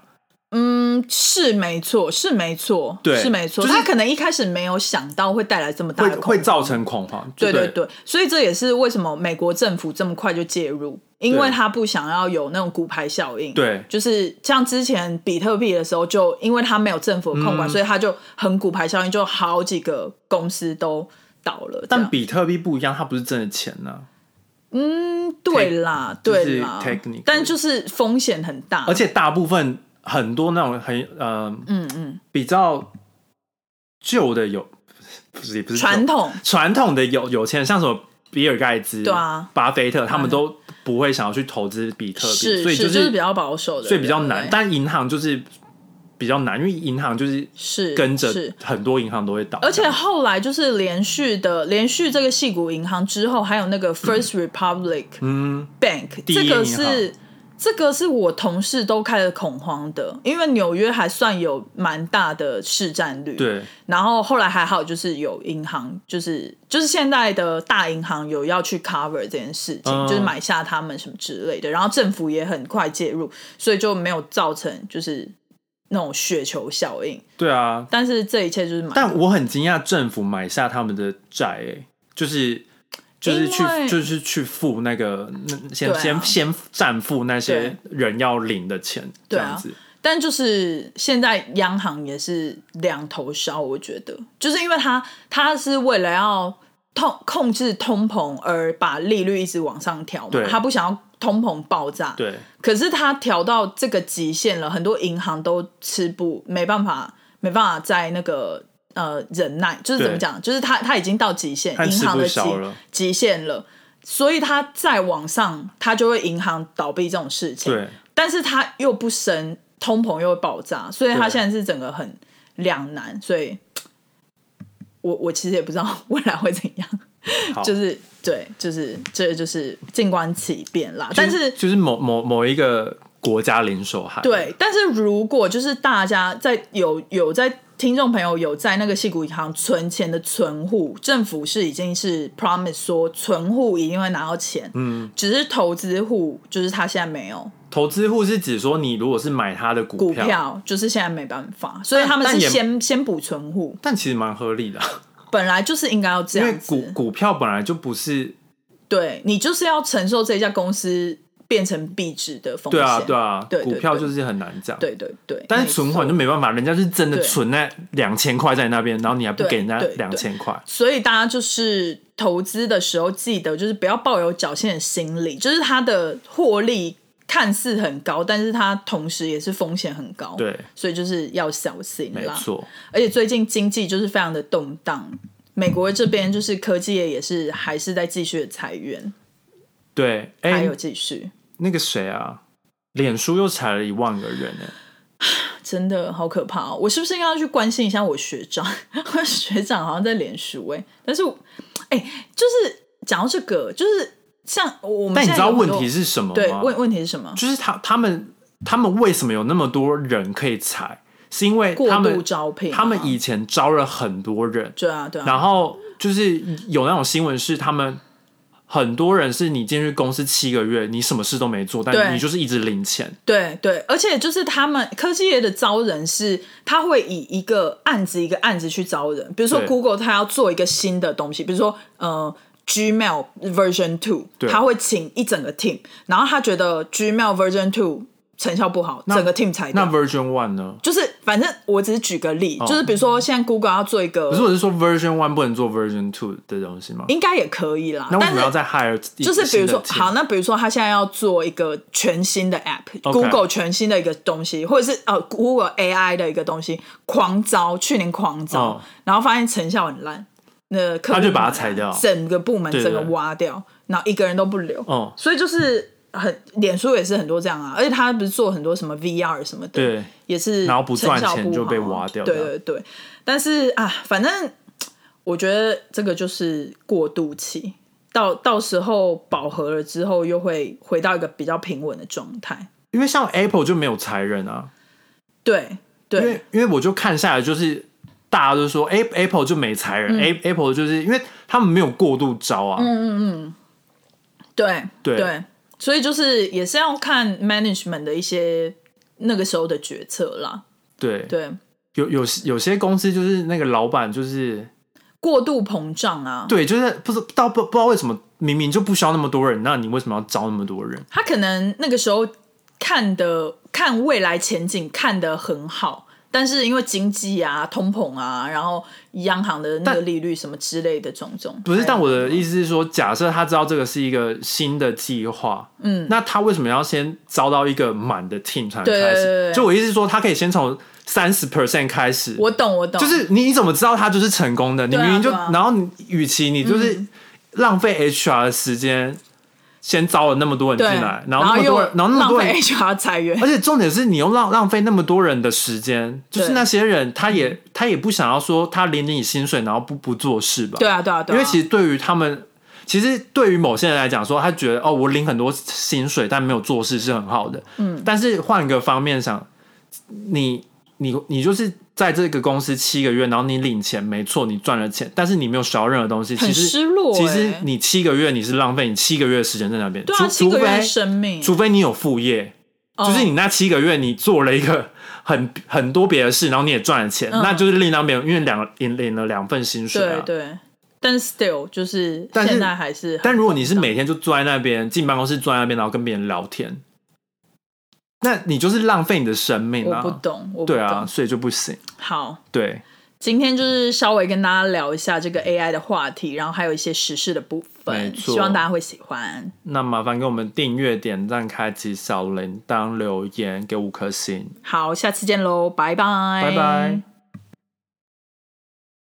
Speaker 2: 嗯是没错，是没错，
Speaker 1: 对
Speaker 2: 是没错。
Speaker 1: 就是
Speaker 2: 他可能一开始没有想到会带来这么大
Speaker 1: 会
Speaker 2: 的恐
Speaker 1: 会
Speaker 2: 慌
Speaker 1: 造成恐慌，
Speaker 2: 对
Speaker 1: 对
Speaker 2: 对对，所以这也是为什么美国政府这么快就介入，因
Speaker 1: 对
Speaker 2: 为他不想要有那种骨牌效应。
Speaker 1: 对
Speaker 2: 就是像之前比特币的时候就，因为他没有政府的控
Speaker 1: 嗯
Speaker 2: 管，所以他就很骨牌效应，就好几个公司都倒了这样。
Speaker 1: 但比特币不一样，它不是真的钱呢、
Speaker 2: 啊对啦，
Speaker 1: 就是
Speaker 2: 对啦
Speaker 1: technically，
Speaker 2: 但就是风险很大，
Speaker 1: 而且大部分很多那种很呃
Speaker 2: 嗯嗯，
Speaker 1: 比较旧的有，不是也不是旧
Speaker 2: 传统
Speaker 1: 传统的有有钱人，像什么比尔盖茨、
Speaker 2: 对啊
Speaker 1: 巴菲特，他们都不会想要去投资比特币，
Speaker 2: 是
Speaker 1: 所以
Speaker 2: 是
Speaker 1: 就是
Speaker 2: 比较保守的人，
Speaker 1: 所以比较难。
Speaker 2: 对
Speaker 1: 但银行就是比较难，因为银行就是
Speaker 2: 是
Speaker 1: 跟
Speaker 2: 是
Speaker 1: 着嗯很多银行都会倒，
Speaker 2: 而且后来就是连续的，连续这个系谷银行之后，还有那个 First Republic
Speaker 1: 嗯
Speaker 2: Bank，、
Speaker 1: 第一
Speaker 2: 这个
Speaker 1: 银
Speaker 2: 是这个是我同事都开始恐慌的，因为纽约还算有蛮大的市占率。。
Speaker 1: 对
Speaker 2: 然后后来还好，就是有银行，就是就是现在的大银行有要去 cover 这件事情，
Speaker 1: 嗯
Speaker 2: 就是买下他们什么之类的。然后政府也很快介入，所以就没有造成就是那种雪球效应。
Speaker 1: 对啊，
Speaker 2: 但是这一切就是蛮
Speaker 1: 但我很惊讶，政府买下他们的债、欸，就是就是去
Speaker 2: 因为
Speaker 1: 就是去付那个那先、
Speaker 2: 对啊
Speaker 1: 先先暂付那些人要领的钱，这
Speaker 2: 对啊
Speaker 1: 样子。
Speaker 2: 但就是现在央行也是两头烧，我觉得，就是因为它它是为了要控控制通膨而把利率一直往上调嘛
Speaker 1: 对，
Speaker 2: 它不想要通膨爆炸。
Speaker 1: 对
Speaker 2: 可是它调到这个极限了，很多银行都吃不没办法没办法在那个呃忍耐，就是怎么
Speaker 1: 对
Speaker 2: 讲，就是它它已经到极限
Speaker 1: 它，吃
Speaker 2: 银行的
Speaker 1: 不消
Speaker 2: 极
Speaker 1: 了
Speaker 2: 极限了。所以它再往上，它就会银行倒闭这种事情。
Speaker 1: 对，
Speaker 2: 但是它又不升，通膨又会爆炸，所以它
Speaker 1: 对
Speaker 2: 现在是整个很两难，所以我我其实也不知道未来会怎样，
Speaker 1: 好，
Speaker 2: 就是对，就是这就是静观其变啦。但是
Speaker 1: 就是某某某一个国家零手害，
Speaker 2: 对，但是如果就是大家在有有在听众朋友有在那个系股银行存钱的存户，政府是已经是 promise 说存户一定会拿到钱，嗯，只是投资户就是他现在没有，
Speaker 1: 投资户是指说你如果是买他的
Speaker 2: 股
Speaker 1: 股票，
Speaker 2: 票，就是现在没办法，所以他们
Speaker 1: 但
Speaker 2: 是
Speaker 1: 也
Speaker 2: 先先补存户，
Speaker 1: 但其实蛮合理的啊，
Speaker 2: 本来就是应该要这
Speaker 1: 因为
Speaker 2: 样
Speaker 1: 股
Speaker 2: 子。
Speaker 1: 股票本来就不是
Speaker 2: 对你就是要承受这家公司变成币值的风险。
Speaker 1: 对啊对啊，
Speaker 2: 对对
Speaker 1: 股票就是很难讲，
Speaker 2: 对对对
Speaker 1: 但是存款就
Speaker 2: 没错。
Speaker 1: 没办法，人家是真的
Speaker 2: 对
Speaker 1: 存那两千块在那边，然后你还不
Speaker 2: 对
Speaker 1: 给人家
Speaker 2: 对对
Speaker 1: 两千块，
Speaker 2: 所以大家就是投资的时候，记得就是不要抱有侥幸的心理，就是它的获利看似很高，但是它同时也是风险很高。，
Speaker 1: 对，
Speaker 2: 所以就是要小心
Speaker 1: 没
Speaker 2: 啦。
Speaker 1: 错。
Speaker 2: 而且最近经济就是非常的动荡，美国这边就是科技业也是还是在继续的裁员，
Speaker 1: 对，哎、
Speaker 2: 还有继续，
Speaker 1: 那个谁啊，脸书又裁了一万个人哎、
Speaker 2: 真的好可怕哦！我是不是应该要去关心一下我学长？ 我学长好像在脸书哎、但是我哎、就是讲到这个，就是像我们
Speaker 1: 但你
Speaker 2: 现
Speaker 1: 知
Speaker 2: 在
Speaker 1: 道
Speaker 2: 有很
Speaker 1: 问
Speaker 2: 多
Speaker 1: 题是什么吗？
Speaker 2: 对问问题是什么？
Speaker 1: 就是他他们他们为什么有那么多人可以裁？是因为
Speaker 2: 过
Speaker 1: 他
Speaker 2: 度
Speaker 1: 们
Speaker 2: 招聘啊、
Speaker 1: 他们以前招了很多人，
Speaker 2: 对啊对啊，
Speaker 1: 然后就是有那种新闻是他们。很多人是你进去公司七个月，你什么事都没做，但
Speaker 2: 对
Speaker 1: 你就是一直领钱，
Speaker 2: 对对，而且就是他们科技业的招人是，他会以一个案子一个案子去招人。比如说
Speaker 1: 对
Speaker 2: Google，它要做一个新的东西，比如说呃 Gmail version two，
Speaker 1: 对
Speaker 2: 他会请一整个 team，然后他觉得 Gmail version two 成效不好，整个 team 裁
Speaker 1: 那
Speaker 2: 掉。
Speaker 1: Version One 呢？
Speaker 2: 就是反正我只是举个例，就是比如说现在 Google 要做一个
Speaker 1: 可是，我是说 Version One 不能做 Version Two 的东西吗？
Speaker 2: 应该也可以啦，
Speaker 1: 那为
Speaker 2: 但
Speaker 1: 什么
Speaker 2: 是
Speaker 1: 要再 hire？一
Speaker 2: 就是比如说
Speaker 1: 一个，新的 team？
Speaker 2: 好，那比如说他现在要做一个全新的
Speaker 1: OK
Speaker 2: app，Google 全新的一个东西，或者是呃 Google AI 的一个东西，狂招，去年狂招，
Speaker 1: 哦
Speaker 2: 然后发现成效很烂，那客
Speaker 1: 他
Speaker 2: 户
Speaker 1: 就把它
Speaker 2: 不满
Speaker 1: 裁掉
Speaker 2: 整个部门
Speaker 1: 对
Speaker 2: 整个
Speaker 1: 对
Speaker 2: 挖掉，然后一个人都不留，
Speaker 1: 哦
Speaker 2: 所以就是很脸书也是很多这样啊，而且他不是做很多什么 VR 什么的，
Speaker 1: 对，
Speaker 2: 也是
Speaker 1: 然后不赚
Speaker 2: 成效
Speaker 1: 钱就
Speaker 2: 好
Speaker 1: 被挖掉
Speaker 2: 对
Speaker 1: 这
Speaker 2: 对对，但是啊，反正我觉得这个就是过渡期，到到时候饱和了之后，又会回到一个比较平稳的状态。
Speaker 1: 因为像 Apple 就没有裁人啊，
Speaker 2: 对
Speaker 1: 因
Speaker 2: 对
Speaker 1: 为因为我就看下来就是。大家都说，A Apple 就没裁
Speaker 2: 嗯
Speaker 1: 人、a Apple 就是因为他们没有过度招啊，
Speaker 2: 对
Speaker 1: 对
Speaker 2: 所以就是也是要看 management 的一些那个时候的决策啦。
Speaker 1: 对，
Speaker 2: 对，
Speaker 1: 有有有些公司就是那个老板就是
Speaker 2: 过度膨胀啊，
Speaker 1: 对，就是不知道不不知道为什么明明就不需要那么多人，那你为什么要招那么多人？
Speaker 2: 他可能那个时候看的看未来前景看得很好，但是因为经济啊、通膨啊，然后央行的那个
Speaker 1: 但
Speaker 2: 利率什么之类的种种，哎
Speaker 1: 不是，
Speaker 2: 还有
Speaker 1: 但我的意思是说，假设他知道这个是一个新的计划，嗯，那他为什么要先招到一个满的 team 才能
Speaker 2: 对
Speaker 1: 开
Speaker 2: 对对
Speaker 1: 始
Speaker 2: 对？
Speaker 1: 就我意思是说，他可以先从三十 percent 开始，
Speaker 2: 我懂我懂，
Speaker 1: 就是你你怎么知道他就是成功的？你
Speaker 2: 对啊
Speaker 1: 明明就，
Speaker 2: 对啊嗯
Speaker 1: 然后你与其你就是浪费 HR 的时间，先招了那么多人
Speaker 2: 对，
Speaker 1: 进来，然后那么多人，然后那么多人
Speaker 2: 浪费 HR 裁员
Speaker 1: 而，且重点是你又浪浪费那么多人的时间，就是
Speaker 2: 对嗯
Speaker 1: 那些人他也他也不想要说他领你薪水然后不不做事吧？
Speaker 2: 对啊对啊对
Speaker 1: 因
Speaker 2: 啊，
Speaker 1: 为其实对于他们，其实对于某些人来讲说，他觉得哦我领很多薪水但没有做事是很好的，嗯，但是换个方面想，你你你就是在这个公司七个月，然后你领钱没错，你赚了钱，但是你没有学到任何东西，
Speaker 2: 很
Speaker 1: 其实
Speaker 2: 失落、欸，
Speaker 1: 其实你七个月你是浪费你七个月的时间在那边，
Speaker 2: 对
Speaker 1: 除
Speaker 2: 啊，七
Speaker 1: 除
Speaker 2: 个月的
Speaker 1: 非
Speaker 2: 生命，哦
Speaker 1: 除非你有副业。就是你那七个月，你做了一个很很多别的事，然后你也赚了钱，
Speaker 2: 嗯
Speaker 1: 那就是另当别论，因为两领领了两份薪水、啊。
Speaker 2: 对对，但 still 就是
Speaker 1: 但是
Speaker 2: 现在还是很
Speaker 1: 但如果你是
Speaker 2: 膨胀
Speaker 1: 每天就坐在那边进办公室坐在那边，然后跟别人聊天，那你就是浪费你的生命
Speaker 2: 我不
Speaker 1: 啊！
Speaker 2: 懂，我不懂
Speaker 1: 对啊，，所以就不行。
Speaker 2: 好。
Speaker 1: 对，
Speaker 2: 今天就是稍微跟大家聊一下这个 AI 的话题，然后还有一些时事的部
Speaker 1: 没
Speaker 2: 分，
Speaker 1: 错
Speaker 2: 希望大家会喜欢。
Speaker 1: 那麻烦给我们订阅、点赞、开启小铃铛、留言，给五颗星，
Speaker 2: 好，下次见喽，拜拜，
Speaker 1: 拜拜。